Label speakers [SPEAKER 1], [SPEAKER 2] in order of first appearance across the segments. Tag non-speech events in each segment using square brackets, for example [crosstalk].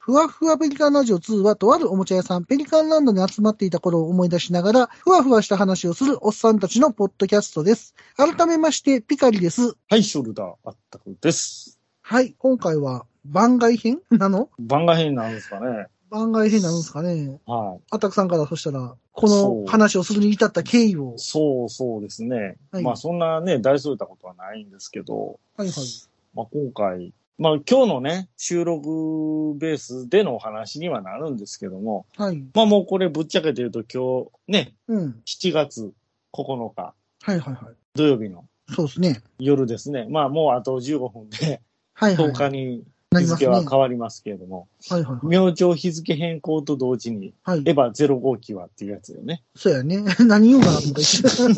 [SPEAKER 1] ふわふわペリカンラジオ2はとあるおもちゃ屋さん、ペリカンランドに集まっていた頃を思い出しながら、ふわふわした話をするおっさんたちのポッドキャストです。改めまして、ピカリです。
[SPEAKER 2] はい、ショルダーあったくです。
[SPEAKER 1] はい、今回は番外編な
[SPEAKER 2] [laughs]
[SPEAKER 1] の
[SPEAKER 2] 番外編なんですかね。
[SPEAKER 1] 番外編なんですかね。
[SPEAKER 2] は
[SPEAKER 1] アタクさんからそしたら、
[SPEAKER 2] そ
[SPEAKER 1] こ
[SPEAKER 2] う
[SPEAKER 1] の話をするに至った経緯を
[SPEAKER 2] い。。そうそうですね。
[SPEAKER 1] はい
[SPEAKER 2] まあそんなね、大それたことはないんですけど、
[SPEAKER 1] はいはい。
[SPEAKER 2] まあ今回、まあ今日のね、収録ベースでのお話にはなるんですけども、
[SPEAKER 1] はい。
[SPEAKER 2] まあもうこれぶっちゃけて言うと今日ね、
[SPEAKER 1] うん。
[SPEAKER 2] 7月9日
[SPEAKER 1] はいはいは
[SPEAKER 2] 土曜日の
[SPEAKER 1] い。そうですね。
[SPEAKER 2] 夜ですね。まあもうあと15分で
[SPEAKER 1] はいはい。
[SPEAKER 2] 10日に
[SPEAKER 1] な
[SPEAKER 2] 日
[SPEAKER 1] ります
[SPEAKER 2] 付
[SPEAKER 1] ね。は
[SPEAKER 2] はい変わりますけれども、
[SPEAKER 1] はいはい。
[SPEAKER 2] 明朝日付変更と同時に
[SPEAKER 1] はい
[SPEAKER 2] エ。ヴァ05期はっていうやつよね。
[SPEAKER 1] そうやね。 [laughs] 何言おうかなと思った一瞬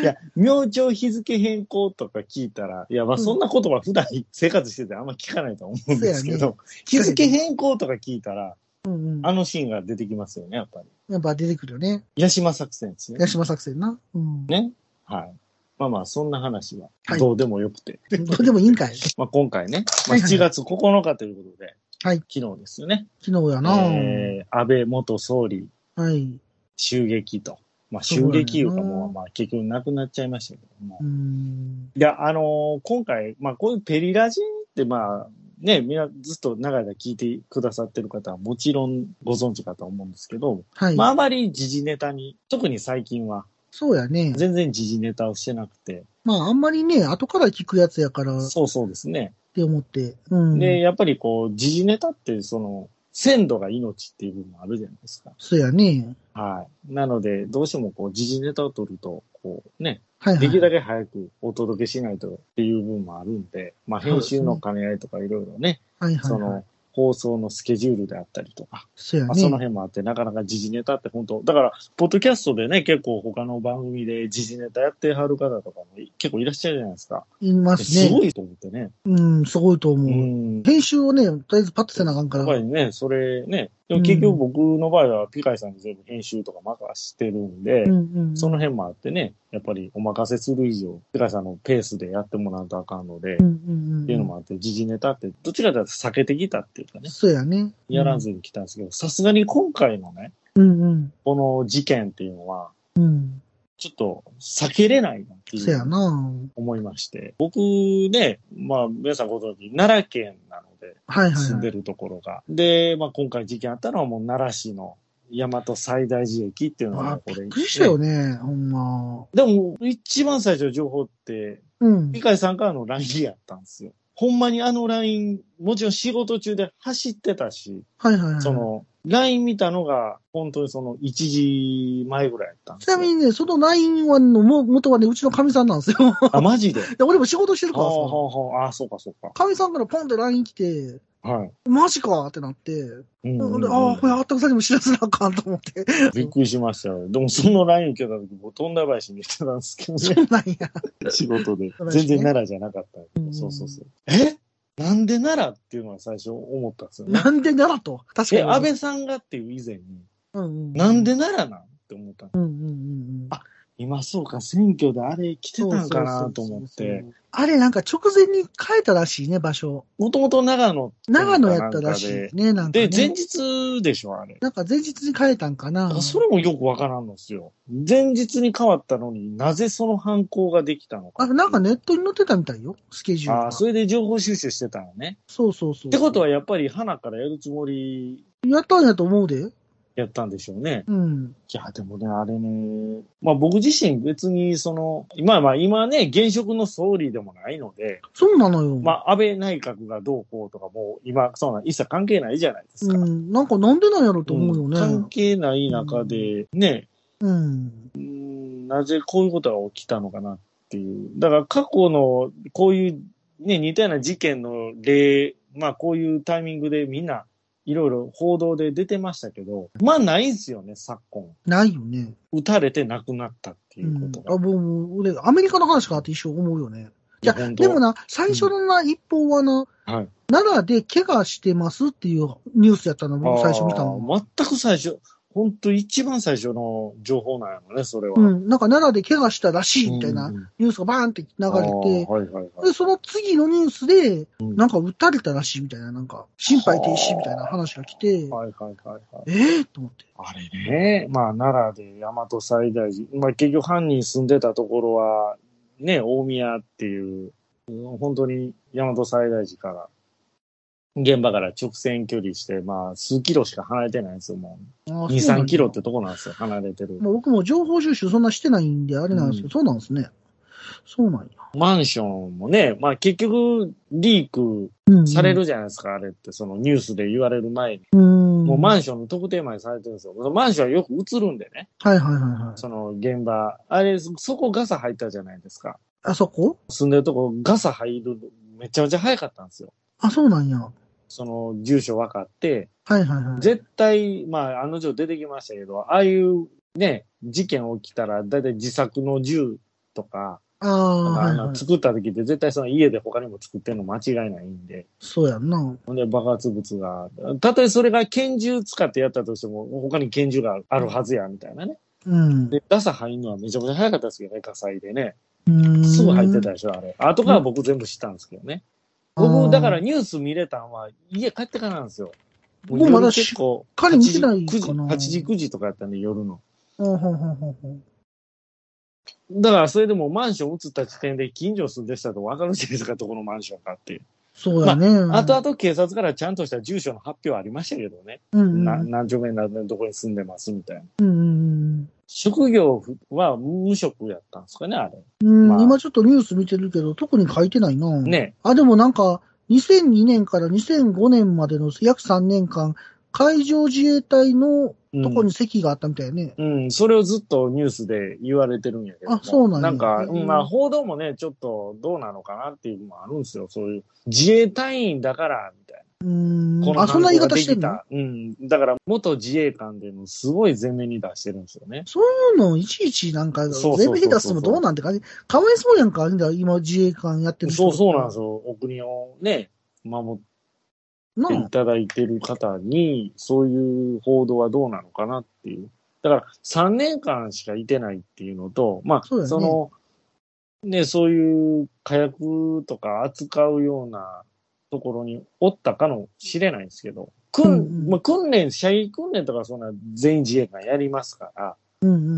[SPEAKER 2] いや、明朝日付変更とか聞いたら、いや、まあ
[SPEAKER 1] うん
[SPEAKER 2] そんな言葉普段生活しててあんま聞かないと思うんですけ
[SPEAKER 1] そう
[SPEAKER 2] ど、日付変更とか聞いたら、
[SPEAKER 1] うんうん。
[SPEAKER 2] あのシーンが出てきますよね、やっぱり。
[SPEAKER 1] やっぱ出てくるよね。
[SPEAKER 2] 八島作戦ですね
[SPEAKER 1] 八。島作戦な。うん。
[SPEAKER 2] ね。はい。まあまあ、そんな話は
[SPEAKER 1] はい
[SPEAKER 2] どうでもよくて。
[SPEAKER 1] ど [laughs] うでもいいんかい。
[SPEAKER 2] まあ今回ね、まあ、
[SPEAKER 1] はいはい
[SPEAKER 2] 7月9日ということで、
[SPEAKER 1] はい
[SPEAKER 2] 昨日ですよね。
[SPEAKER 1] 昨日やな、
[SPEAKER 2] えー安倍元総理
[SPEAKER 1] はい。
[SPEAKER 2] 襲撃と。まあ
[SPEAKER 1] そう
[SPEAKER 2] 襲
[SPEAKER 1] だよな
[SPEAKER 2] 撃いうかもう、まあ結局亡くなっちゃいましたけども。
[SPEAKER 1] うーん。
[SPEAKER 2] いや、あのー今回、まあ、こういうペリラジって、まあ、ね、みんなずっと長い間聞いてくださってる方はもちろんご存知かと思うんですけど、
[SPEAKER 1] はい。
[SPEAKER 2] まあ、あまり時事ネタに、特に最近は、
[SPEAKER 1] そうやね。
[SPEAKER 2] 全然時事ネタをしてなくて、
[SPEAKER 1] まあ、あんまりね、後から聞くやつやからっ
[SPEAKER 2] そうそうですね。
[SPEAKER 1] て思って。うん。
[SPEAKER 2] で、やっぱりこう、時事ネタって、その、鮮度が命っていう部分もあるじゃないですか。
[SPEAKER 1] そうやね。
[SPEAKER 2] はい。なので、どうしてもこう、時事ネタを取ると、こう、ね、
[SPEAKER 1] はいはい。
[SPEAKER 2] できるだけ早くお届けしないとっていう部分もあるんで、まあ、編集の兼ね合いとかいろいろね、
[SPEAKER 1] はいはい、はい。
[SPEAKER 2] その、放送のスケジュールであったりとか、
[SPEAKER 1] そうや
[SPEAKER 2] まあ、その
[SPEAKER 1] ね。
[SPEAKER 2] 辺もあって、なかなか時事ネタって本当、だから、ポッドキャストでね、結構他の番組で時事ネタやってはる方とかも結構いらっしゃるじゃないですか。
[SPEAKER 1] いますね。
[SPEAKER 2] すごいと思ってね。
[SPEAKER 1] うん、すごいと思
[SPEAKER 2] う
[SPEAKER 1] う。
[SPEAKER 2] ん。
[SPEAKER 1] 編集をね、とりあえずパッとせなあかんか
[SPEAKER 2] や
[SPEAKER 1] ら。
[SPEAKER 2] っぱりね、それね、でも結局僕の場合はピカイさんに全部編集とか任してるんで、
[SPEAKER 1] うんうん。
[SPEAKER 2] その辺もあってね、やっぱりお任せする以上、ピカイさんのペースでやってもらうとあかんので、
[SPEAKER 1] う
[SPEAKER 2] っ
[SPEAKER 1] んうんうん。
[SPEAKER 2] ていうのもあって、時事ネタって、どっちかというと避けてきたっていうかね、
[SPEAKER 1] そうやね。
[SPEAKER 2] やらずに来たんですけど、さすがに今回のね、
[SPEAKER 1] うんうん
[SPEAKER 2] この事件っていうのは、
[SPEAKER 1] うん。うん。
[SPEAKER 2] ちょっと避けれないなって
[SPEAKER 1] そう
[SPEAKER 2] い
[SPEAKER 1] や
[SPEAKER 2] う
[SPEAKER 1] な
[SPEAKER 2] 思いまして。僕ね、まあ皆さんご存知、奈良県なので、
[SPEAKER 1] はいはい、はい。
[SPEAKER 2] 住んでるところが。で、まあ今回事件あったのはもう奈良市の大和西大寺駅っていうの
[SPEAKER 1] あ
[SPEAKER 2] が
[SPEAKER 1] び
[SPEAKER 2] これ。
[SPEAKER 1] っくりしたよね、ほんま。
[SPEAKER 2] でも、一番最初の情報って、
[SPEAKER 1] うん
[SPEAKER 2] ピ。カイさんからの LINE やったんですよ。ほんまにあの LINE、もちろん仕事中で走ってたし、
[SPEAKER 1] はいはいはい。
[SPEAKER 2] その、LINE 見たのが、本当にその1時前ぐらいやったんで
[SPEAKER 1] ち
[SPEAKER 2] すよ
[SPEAKER 1] なみにね、その LINE はのも元はね、うちのかみさんなんですよ。 [laughs]
[SPEAKER 2] あ、マジで
[SPEAKER 1] で俺も仕事してるからさ、
[SPEAKER 2] ほうほうほうあ、そうか、そうか。
[SPEAKER 1] かみさんからポンって LINE 来て、
[SPEAKER 2] はい。
[SPEAKER 1] マジかってなって、
[SPEAKER 2] うんうん
[SPEAKER 1] ほ
[SPEAKER 2] うんん
[SPEAKER 1] でああ、これあったくさんにも知らせなあかんと思
[SPEAKER 2] [laughs]
[SPEAKER 1] って。
[SPEAKER 2] びっくりしましたよ。でも、そのライン受けた時、もう飛んだ林に行ってたんですけ
[SPEAKER 1] [laughs]
[SPEAKER 2] どね、
[SPEAKER 1] なんや。
[SPEAKER 2] 仕事で
[SPEAKER 1] 飛ん。だ林ね
[SPEAKER 2] 全然奈良じゃなかったんやけど。
[SPEAKER 1] ん
[SPEAKER 2] そうそうそう。えなんで奈良っていうのは最初思ったんですよね
[SPEAKER 1] な。んでならと。確か
[SPEAKER 2] え、
[SPEAKER 1] に。
[SPEAKER 2] 安倍さんがっていう以前に、
[SPEAKER 1] うんうん、
[SPEAKER 2] なんで奈良なんって思ったの
[SPEAKER 1] うんうんうんうん。
[SPEAKER 2] あ今、そうか、選挙であれ来てたんかなと思っ
[SPEAKER 1] そうそうそう
[SPEAKER 2] て
[SPEAKER 1] そ。う。あれなんか直前に変えたらしいね、場所。
[SPEAKER 2] もともと長野ってなん
[SPEAKER 1] 長
[SPEAKER 2] か
[SPEAKER 1] 野やったらし
[SPEAKER 2] なんか
[SPEAKER 1] いね、なんか、
[SPEAKER 2] で。
[SPEAKER 1] ね。
[SPEAKER 2] で、前日でしょ、あれ。
[SPEAKER 1] なんか前日に変えたんかな。
[SPEAKER 2] それもよくわからんのですよ。前日に変わったのになぜその犯行ができたのか。
[SPEAKER 1] あ、なんかネットに載ってたみたいよ、スケジュールが。
[SPEAKER 2] あーそれで情報収集してたのね。
[SPEAKER 1] そうそうそう。
[SPEAKER 2] ってことはやっぱり花からやるつもり
[SPEAKER 1] やったんやと思うで。
[SPEAKER 2] やったんでしょうね。
[SPEAKER 1] うん。
[SPEAKER 2] いや、でもね、あれね、まあ僕自身別にその、今はまあ今ね、現職の総理でもないので、
[SPEAKER 1] そうなのよ。
[SPEAKER 2] まあ安倍内閣がどうこうとかもう今、そんな一切関係ないじゃないですか。
[SPEAKER 1] うん。なんかなんでなんやろと思う
[SPEAKER 2] うん
[SPEAKER 1] よ
[SPEAKER 2] 関
[SPEAKER 1] ね。
[SPEAKER 2] 係ない中で、ね、
[SPEAKER 1] うん。
[SPEAKER 2] なぜこういうことが起きたのかなっていう。だから過去のこういうね、似たような事件の例、まあこういうタイミングでみんないろいろ報道で出てましたけど、まあないんすよね、昨今。
[SPEAKER 1] ないよね。
[SPEAKER 2] 撃たれて亡くなったっていううんこ。と
[SPEAKER 1] あ、
[SPEAKER 2] が。
[SPEAKER 1] もう、俺、アメリカの話かなって一生思うよね。いや、
[SPEAKER 2] いや本当
[SPEAKER 1] でもな、最初のな、一報はな、
[SPEAKER 2] はい
[SPEAKER 1] 奈良で怪我してますっていうニュースやったの、僕最初見た
[SPEAKER 2] あ
[SPEAKER 1] の。
[SPEAKER 2] ー全く最初、本当一番最初の情報なんやろね、それは。
[SPEAKER 1] う、ん。なんか奈良で怪我したらしいみたいなニ
[SPEAKER 2] 流
[SPEAKER 1] ュースがバーンって流れて、
[SPEAKER 2] はいはいはい。
[SPEAKER 1] で、その次のニュースで、
[SPEAKER 2] うん
[SPEAKER 1] なんか撃たれたらしいみたいな、なんか、心肺停止みたいな話が来て、
[SPEAKER 2] はいはいはいはい。
[SPEAKER 1] ええと思って。
[SPEAKER 2] あれね、まあ奈良で大和西大寺、まあ結局犯人住んでたところは、ね、大宮っていう、うん本当に大和西大寺から、現場から直線距離して、まあ数キロしか離れてないんですよ、も
[SPEAKER 1] あ
[SPEAKER 2] う。
[SPEAKER 1] ーそうな
[SPEAKER 2] 2、
[SPEAKER 1] ん
[SPEAKER 2] 3
[SPEAKER 1] だ
[SPEAKER 2] キロってとこなんですよ、離れてる。
[SPEAKER 1] まあ、僕も情報収集そんなしてないんで、あれなんですけど、
[SPEAKER 2] うん
[SPEAKER 1] そうなんですね。そうなんや。
[SPEAKER 2] マンションもね、まあ結局リーク
[SPEAKER 1] うん
[SPEAKER 2] され。るじゃないですか、あれって、そのニュースで言われる前に。
[SPEAKER 1] うん。
[SPEAKER 2] も
[SPEAKER 1] は
[SPEAKER 2] うマ
[SPEAKER 1] い
[SPEAKER 2] ンションの特定までされてるんですよ。そのマンションはよく映るんでね、
[SPEAKER 1] はいはいはい。
[SPEAKER 2] その現場。あれ、そそこガサ入ったじゃないですか。
[SPEAKER 1] あそこ
[SPEAKER 2] 住んでるとこガサ入るのめちゃめちゃ早かったんですよ。
[SPEAKER 1] あ、そうなんや。は
[SPEAKER 2] その住所分かって、
[SPEAKER 1] いはいはい。
[SPEAKER 2] 絶対、まあ、あの女出てきましたけど、ああいうね、事件起きたら、だいたい自作の銃とか、
[SPEAKER 1] ああ、
[SPEAKER 2] あ
[SPEAKER 1] はいは
[SPEAKER 2] の
[SPEAKER 1] い。
[SPEAKER 2] 作った時って絶対その家で他にも作ってるの間違いないんで、
[SPEAKER 1] そうやんな。
[SPEAKER 2] ほんで爆発物が、たとえそれが拳銃使ってやったとしても、他に拳銃があるはずや、みたいなね。
[SPEAKER 1] うん。
[SPEAKER 2] で、ガサ入るのはめちゃめちゃ早かったですけどね、火災でね。
[SPEAKER 1] うん
[SPEAKER 2] すぐ入ってたでしょ、あれ。後から僕全部知ったんですけどね。僕、だから
[SPEAKER 1] あー
[SPEAKER 2] ニュース見れたのは、家帰ってからなんですよ。
[SPEAKER 1] 僕まだ
[SPEAKER 2] 夜結構、
[SPEAKER 1] しっかり見てない
[SPEAKER 2] 8時
[SPEAKER 1] かな
[SPEAKER 2] 9時、8時、9時とかやったんで、夜の。
[SPEAKER 1] ほうほうほうほうほう
[SPEAKER 2] だから、それでもマンション移った時点で、近所住んでしたと分かるじゃないですか、どこのマンションかっていう。
[SPEAKER 1] そうやね。あ
[SPEAKER 2] 後々警察からちゃんとした住所の発表ありましたけどね。
[SPEAKER 1] うんうん
[SPEAKER 2] な何丁目何年どこに住んでますみたいな。
[SPEAKER 1] うん
[SPEAKER 2] 職業は無職やったんですかね、あれ。
[SPEAKER 1] うん
[SPEAKER 2] まあ
[SPEAKER 1] 今ちょっとニュース見てるけど、特に書いてないな。
[SPEAKER 2] ね。
[SPEAKER 1] あ、でもなんか、2002年から2005年までの約3年間、海上自衛隊の
[SPEAKER 2] うん
[SPEAKER 1] とこに席があったみたいね。
[SPEAKER 2] うん、それをずっとニュースで言われてるんやけども。
[SPEAKER 1] あそうなんや
[SPEAKER 2] なんか、
[SPEAKER 1] うん
[SPEAKER 2] うんまあ報道もね、ちょっとどうなのかなっていうのもあるんですよ。そういう自衛隊員だから、みたいうな。
[SPEAKER 1] ー
[SPEAKER 2] こ
[SPEAKER 1] ん。
[SPEAKER 2] の
[SPEAKER 1] あ、そんな言い
[SPEAKER 2] 犯行
[SPEAKER 1] 方
[SPEAKER 2] が
[SPEAKER 1] してん
[SPEAKER 2] でき
[SPEAKER 1] の
[SPEAKER 2] たうん。だから元自衛官でもすごい前面に出してるんですよね。
[SPEAKER 1] そういうのいちいちなんか、
[SPEAKER 2] そうそうそうそう
[SPEAKER 1] 全部出すのもどうなんて感じ。かわいそうやんか、あれだ今自衛官やってる
[SPEAKER 2] そうそうなんです
[SPEAKER 1] よ。
[SPEAKER 2] よ。お国をね、守っ
[SPEAKER 1] な
[SPEAKER 2] てい
[SPEAKER 1] あ
[SPEAKER 2] ただいてる方に、そういう報道はどうなのかなっていう。だから3年間しかいてないっていうのと、まあ、
[SPEAKER 1] そうだよ
[SPEAKER 2] そ
[SPEAKER 1] ね
[SPEAKER 2] の、ね、そういう火薬とか扱うようなところにおったかもしれないんですけど、訓、
[SPEAKER 1] うんうん
[SPEAKER 2] まあ、訓練、射撃訓練とかそんな全員自衛官やりますから、
[SPEAKER 1] うんうんうんう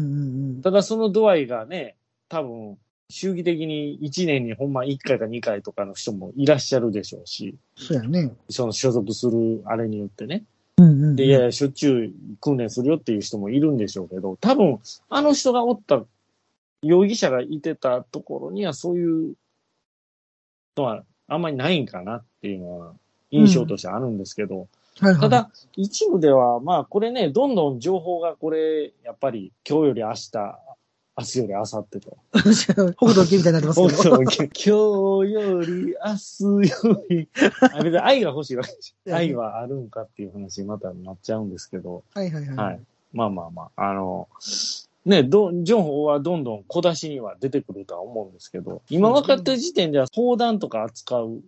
[SPEAKER 1] ん。
[SPEAKER 2] ただその度合いがね、多分、周期的に1年にほんま1回か2回とかの人もいらっしゃるでしょうし、
[SPEAKER 1] そうやね。
[SPEAKER 2] その所属するあれによってね。
[SPEAKER 1] うんうんうん。
[SPEAKER 2] で、いやいや、しょっちゅう訓練するよっていう人もいるんでしょうけど、多分、あの人がおった、容疑者がいてたところには、そういうのはあんまりないんかなっていうのは、印象としてあるんですけど、
[SPEAKER 1] はいはい
[SPEAKER 2] た、だ、一部では、まあ、これね、どんどん情報がこれ、やっぱり、今日より明日、明日より明後日と。
[SPEAKER 1] [laughs] 北斗家みたいになってます
[SPEAKER 2] [laughs] そう
[SPEAKER 1] けど。
[SPEAKER 2] そう今日より、明日より、あ別に愛が欲しいわけじゃん愛はあるんかっていう話にまたなっちゃうんですけど、
[SPEAKER 1] はいはいはい。
[SPEAKER 2] はい。まあまあまあ、あの、ね、ど、情報はどんどん小出しには出てくるとは思うんですけど、今分かってる時点では砲弾とか扱う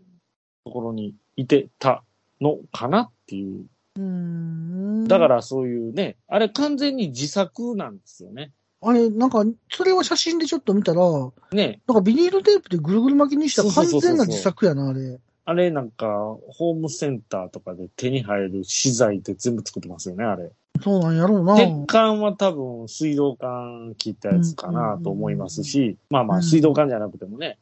[SPEAKER 2] ところにいてたのかなっていう。
[SPEAKER 1] うーん。
[SPEAKER 2] だか。らそういうね、あれ完全に自作なんですよね。
[SPEAKER 1] あれ、なんか、それを写真でちょっと見たら、なん
[SPEAKER 2] ね、
[SPEAKER 1] かビニールテープでぐるぐる巻きにした
[SPEAKER 2] そうそうそ
[SPEAKER 1] 完
[SPEAKER 2] うそ
[SPEAKER 1] 全
[SPEAKER 2] う
[SPEAKER 1] な自作やな、あれ。
[SPEAKER 2] あれなんか、ホームセンターとかで手に入る資材で全部作ってますよね、あれ。
[SPEAKER 1] そうなんやろうな。
[SPEAKER 2] 鉄管は多分水道管切ったやつかなと思いますし、まあ
[SPEAKER 1] う
[SPEAKER 2] ま
[SPEAKER 1] ん
[SPEAKER 2] あ水道管じゃなくてもね、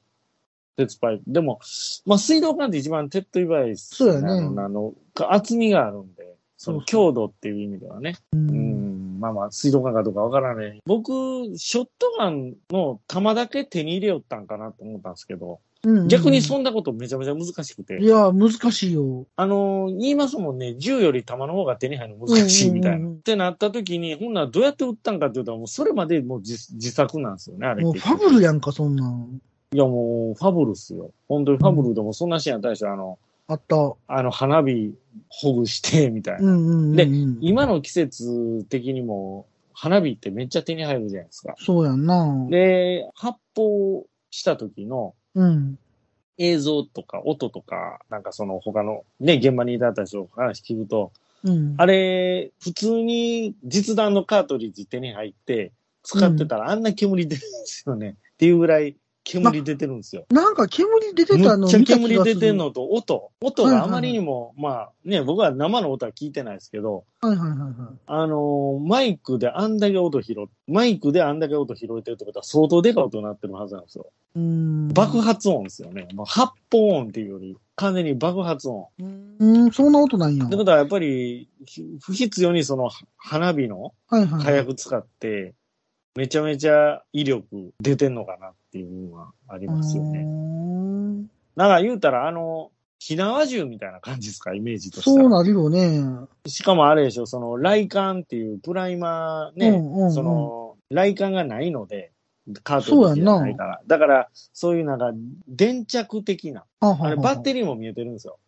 [SPEAKER 2] 鉄パイプ。でも、まあ水道管って一番手っ取り早いですよ
[SPEAKER 1] そうやね
[SPEAKER 2] あのあの、厚みがあるんで、そ
[SPEAKER 1] そう
[SPEAKER 2] の
[SPEAKER 1] そう
[SPEAKER 2] 強度っていう意味ではね。
[SPEAKER 1] う。
[SPEAKER 2] うんん、まあまあ水道管かどうかわからない。僕、ショットガンの弾だけ手に入れよったんかなと思ったんですけど、
[SPEAKER 1] うん
[SPEAKER 2] 逆にそんなことめちゃめちゃ難しくて。
[SPEAKER 1] いや、難しいよ。
[SPEAKER 2] あのー言いますもんね、銃より弾の方が手に入るの難しいみた
[SPEAKER 1] う
[SPEAKER 2] い
[SPEAKER 1] んうん
[SPEAKER 2] な。
[SPEAKER 1] うん
[SPEAKER 2] ってなった時に、ほんならどうやって撃ったんかって言うと、もうそれまでもう自自作なんですよね、あれ
[SPEAKER 1] も
[SPEAKER 2] っ
[SPEAKER 1] う
[SPEAKER 2] て。
[SPEAKER 1] ファブルやんか、そんなん。
[SPEAKER 2] いやもう、ファブルっすよ。本当にファブルでもそんなシーンあったでしょ、あの、
[SPEAKER 1] あった。うん
[SPEAKER 2] あの、花火ほぐして、みたいな。
[SPEAKER 1] うんうん。
[SPEAKER 2] で
[SPEAKER 1] うん、
[SPEAKER 2] 今の季節的にも、花火ってめっちゃ手に入るじゃないですか。
[SPEAKER 1] そうやんな。
[SPEAKER 2] で、発砲した時の、
[SPEAKER 1] うん。
[SPEAKER 2] 映像とか音とか、なんかその他のね、現場にいた人から聞くと、
[SPEAKER 1] うん。
[SPEAKER 2] あれ、普通に実弾のカートリッジ手に入って、使ってたらあんな煙出るんですよね。っていうぐらい煙出てるんですよ。
[SPEAKER 1] なんか煙出て
[SPEAKER 2] め
[SPEAKER 1] た
[SPEAKER 2] っ
[SPEAKER 1] の
[SPEAKER 2] ちゃ
[SPEAKER 1] 見た気
[SPEAKER 2] 煙
[SPEAKER 1] がす
[SPEAKER 2] 出
[SPEAKER 1] る。
[SPEAKER 2] てんのと音。音があまりにも、まあね、僕は生の音は聞いてないですけど、
[SPEAKER 1] はいはいはいはい。
[SPEAKER 2] あのーマイクであんだけ音拾っ、マイクであんだけ音拾えてるってことは相当でかい音になってるはずなんですよ。
[SPEAKER 1] うーん。
[SPEAKER 2] 爆発音ですよね。まあ、発砲音っていうより、完全に爆発音。
[SPEAKER 1] うーん、そんな音なんや。
[SPEAKER 2] ってことはやっぱり、ひ不必要にその花火の
[SPEAKER 1] はいはい。
[SPEAKER 2] 火薬使って、めちゃめちゃ威力出てんのかなっていうのはありますよ
[SPEAKER 1] うー
[SPEAKER 2] ね。
[SPEAKER 1] ん
[SPEAKER 2] なんか言うたら、あの、火縄銃みたいな感じですか、イメージとして
[SPEAKER 1] そう
[SPEAKER 2] は。
[SPEAKER 1] なるよね。
[SPEAKER 2] しかもあれでしょ、その、雷管っていうプライマーね、
[SPEAKER 1] うんうんうん
[SPEAKER 2] その、雷管がないので、カートリッジじゃないから。だから、そういうなんか、電着的な。
[SPEAKER 1] あはは
[SPEAKER 2] あれ、バッテ
[SPEAKER 1] リ
[SPEAKER 2] リーも見えてるんですよ。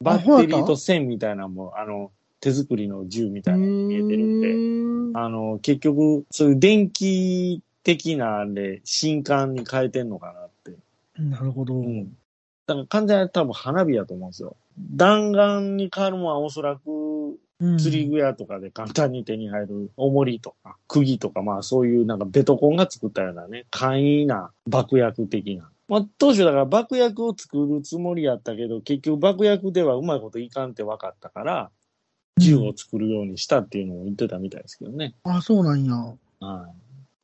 [SPEAKER 1] あ
[SPEAKER 2] バ
[SPEAKER 1] そうや
[SPEAKER 2] ッテ
[SPEAKER 1] っ
[SPEAKER 2] リ
[SPEAKER 1] た
[SPEAKER 2] ーと線みたいなのも、あの、手作りの銃みたいなのも見えてるんで。
[SPEAKER 1] んで。
[SPEAKER 2] あの、結局、そういう電気的なあれ、新刊に変えてんのかなって。
[SPEAKER 1] なるほど。
[SPEAKER 2] うん。だから完全に多分花火やと思うんですよ。弾丸に変わるものはおそらく、
[SPEAKER 1] うん
[SPEAKER 2] 釣り具屋とかで簡単に手に入る重りとか、釘とか、まあそういうなんかベトコンが作ったようなね、簡易な爆薬的な。まあ当初だから爆薬を作るつもりやったけど、結局爆薬ではうまいこといかんって分かったから、銃を作るようにしたっていうのを言ってたみたいですけどね。
[SPEAKER 1] あ、そうなんや。
[SPEAKER 2] はい。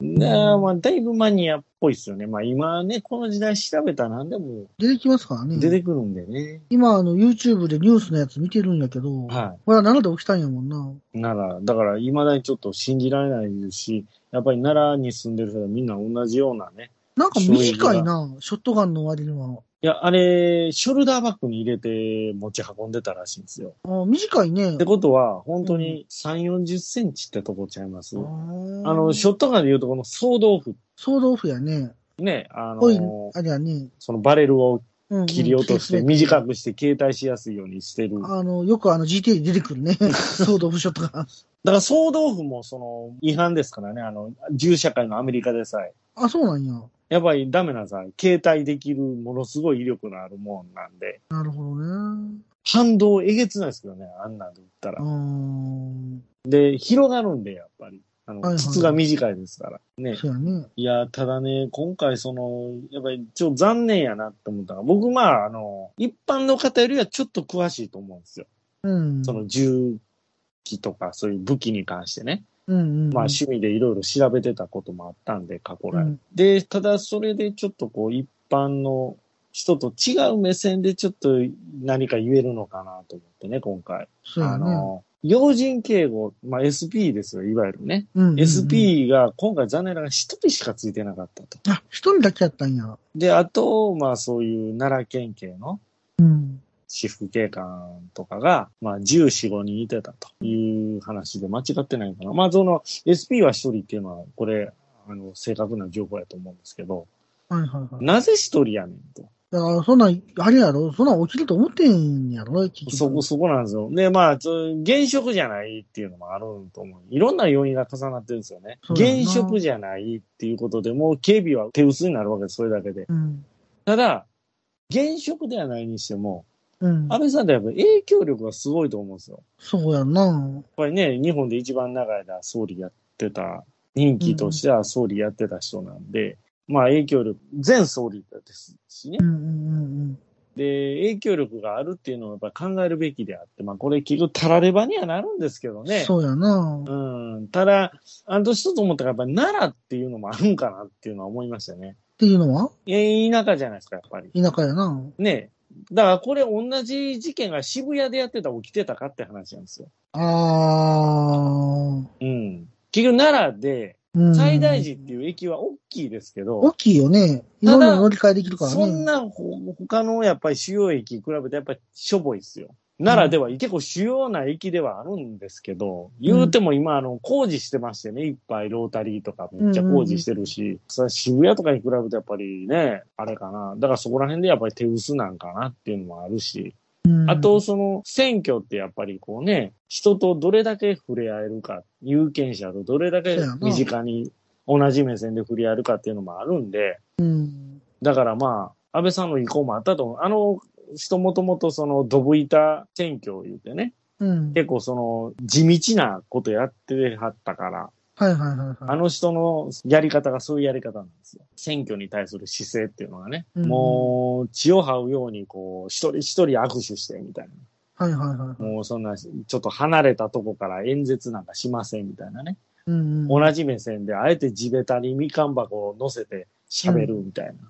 [SPEAKER 2] ねまあ、だいぶマニアっぽいですよね。まあ、今ね、この時代調べたら何でも
[SPEAKER 1] 出てきますからね。
[SPEAKER 2] 出てくるんでね。
[SPEAKER 1] 今、あの、YouTube でニュースのやつ見てるんやけど、
[SPEAKER 2] は
[SPEAKER 1] これは奈良で起きたんやもんな。
[SPEAKER 2] い。奈良、だから、未だにちょっと信じられないですし、やっぱり奈良に住んでる人はみんな同じようなね。
[SPEAKER 1] なんか短いな、ショットガンの割には。
[SPEAKER 2] いや、あれ、ショルダーバッグに入れて持ち運んでたらしいんですよ。
[SPEAKER 1] あ短いね
[SPEAKER 2] って。ことは、本当に3、40センチってとこちゃいます。あ
[SPEAKER 1] あ
[SPEAKER 2] の、ショ
[SPEAKER 1] ッ
[SPEAKER 2] ットガンで言うとこの総豆腐、
[SPEAKER 1] 総豆腐やね。
[SPEAKER 2] ね、あ
[SPEAKER 1] こうい
[SPEAKER 2] の
[SPEAKER 1] う、、あれやね。
[SPEAKER 2] そのバレルを
[SPEAKER 1] うんうん
[SPEAKER 2] 切り落として短くして携帯しやすいようにしてる。
[SPEAKER 1] あの、よくあの GTA に出てく
[SPEAKER 2] [laughs]
[SPEAKER 1] るね。総豆腐ショットガン。
[SPEAKER 2] だから総豆腐もその違反ですからね、あの、銃社会のアメリカでさえ。
[SPEAKER 1] あ、そうなんや。
[SPEAKER 2] やっぱりダメなんさ、携帯できるものすごい威力のあるもんなんで、
[SPEAKER 1] なるほどね。
[SPEAKER 2] 反動えげつないですけどね、あんなんで打った
[SPEAKER 1] うー
[SPEAKER 2] ら。
[SPEAKER 1] ん。
[SPEAKER 2] で、広がるんで、やっぱり。あ
[SPEAKER 1] はいは
[SPEAKER 2] の、
[SPEAKER 1] い
[SPEAKER 2] 質が短いですから。ね。
[SPEAKER 1] そうやね。
[SPEAKER 2] いや、ただね、今回その、やっぱりちょっと残念やなって思ったのは、僕まあ、あの、一般の方よりはちょっと詳しいと思うんですよ。
[SPEAKER 1] うん。
[SPEAKER 2] その銃器とか、そういう武器に関してね。
[SPEAKER 1] うんうんうん。
[SPEAKER 2] まあ趣味でいろいろ調べてたこともあったんで、過去来。
[SPEAKER 1] うん
[SPEAKER 2] で、ただそれでちょっとこう一般の人と違う目線でちょっと何か言えるのかなと思ってね、今回。
[SPEAKER 1] そうや
[SPEAKER 2] あ
[SPEAKER 1] ね。
[SPEAKER 2] の、要人警護、まあ SP ですよ、いわゆるね。
[SPEAKER 1] うんうんうん。
[SPEAKER 2] SP が今回残念ながら一人しかついてなかったと。
[SPEAKER 1] あ、一人だけやったんや。
[SPEAKER 2] で、あと、まあそういう奈良県警の
[SPEAKER 1] うん。
[SPEAKER 2] 私服警官とかが、まあ、14、5人いてたという話で間違ってないのかな。まあ、その、SP は一人っていうのは、これ、あの、正確な情報やと思うんですけど、
[SPEAKER 1] はいはいはい。
[SPEAKER 2] なぜ一人やねんと。
[SPEAKER 1] だから、そんなん、あれやろそんなん起きると思ってんやろ結局。
[SPEAKER 2] そこ、そこなんですよ。で、まあ、そう現職じゃないっていうのもあると思う。いろんな要因が重なってるんですよね。
[SPEAKER 1] そうだな
[SPEAKER 2] 現職じゃないっていうことでもう警備は手薄になるわけです、それだけで。
[SPEAKER 1] うん。
[SPEAKER 2] ただ、現職ではないにしても、
[SPEAKER 1] うん。
[SPEAKER 2] 安倍さんってやっぱ影響力がすごいと思うんですよ。
[SPEAKER 1] そうやんな。
[SPEAKER 2] やっぱりね、日本で一番長い間総理やってた、任期としては総理やってた人なんで、まあ影響力、全総理ですしね
[SPEAKER 1] う。んうんうん
[SPEAKER 2] で、影響力があるっていうのをやっぱ考えるべきであって、まあこれ結局たらればにはなるんですけど
[SPEAKER 1] うん。
[SPEAKER 2] ね。
[SPEAKER 1] そうやな。
[SPEAKER 2] うん。ただ、あの一つ思ったからやっぱり奈良っていうのもあるんかなっていうのは思いましたね。
[SPEAKER 1] っていうのは
[SPEAKER 2] え田舎じゃないですか、やっぱり。
[SPEAKER 1] 田舎やな。
[SPEAKER 2] ねだからこれ同じ事件が渋谷でやってたら起きてたかって話なんですよ。
[SPEAKER 1] あ
[SPEAKER 2] うん。結局奈良
[SPEAKER 1] ー。
[SPEAKER 2] で、
[SPEAKER 1] うん
[SPEAKER 2] 西大寺っていう駅は大きいですけ
[SPEAKER 1] 大
[SPEAKER 2] ど、
[SPEAKER 1] きいよね。い
[SPEAKER 2] ただ
[SPEAKER 1] ろんなの乗り換えできるからね。
[SPEAKER 2] そんなほ他のやっぱり主要駅に比べてやっぱりしょぼいですよ。奈良では結構主要な駅ではあるんですけど、言うても今あの工事してましてね、いっぱいロータリーとかめっちゃ工事してるし、それは渋谷とかに比べてやっぱりね、あれかな。だからそこら辺でやっぱり手薄なんかなっていうのもあるし、
[SPEAKER 1] うん
[SPEAKER 2] あと、その選挙ってやっぱりこうね、人とどれだけ触れ合えるか、有権者とどれだけ
[SPEAKER 1] そうやな
[SPEAKER 2] 身近に同じ目線で触れ合えるかっていうのもあるんで、
[SPEAKER 1] うん。
[SPEAKER 2] だからまあ、安倍さんの意向もあったと思う。あの人もともとそのドブ板選挙を言ってね、
[SPEAKER 1] うん。
[SPEAKER 2] 結構その、地道なことやってはったから、
[SPEAKER 1] はいはいはいは
[SPEAKER 2] あ
[SPEAKER 1] い。
[SPEAKER 2] の人のやり方がそういうやり方なんですよ。選挙に対する姿勢っていうのがね、
[SPEAKER 1] うん
[SPEAKER 2] もう血を這うようにこう、一人一人握手してみたい
[SPEAKER 1] はいはいはい
[SPEAKER 2] な。。もうそんな、ちょっと離れたとこから演説なんかしませんみたいなね。
[SPEAKER 1] うんうん。
[SPEAKER 2] 同じ目線で、あえて地べたにみかん箱を乗せて喋るみたいな。
[SPEAKER 1] はい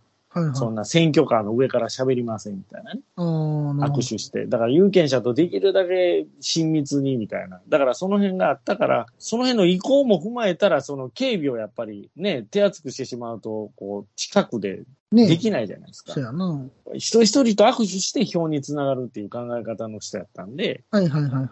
[SPEAKER 1] はい。
[SPEAKER 2] そんな選挙カーの上から喋りませんみたいなね。
[SPEAKER 1] あーなる
[SPEAKER 2] 握
[SPEAKER 1] ほど
[SPEAKER 2] 手して。だから有権者とできるだけ親密にみたいな。だからその辺があったから、その辺の意向も踏まえたら、その警備をやっぱりね、手厚くしてしまうと、こう、近くで
[SPEAKER 1] ね
[SPEAKER 2] できないじゃないですか
[SPEAKER 1] そう。やな。は
[SPEAKER 2] 一人一人と握手して票につながるっていう考え方の人やったんで、
[SPEAKER 1] いはいはいはい。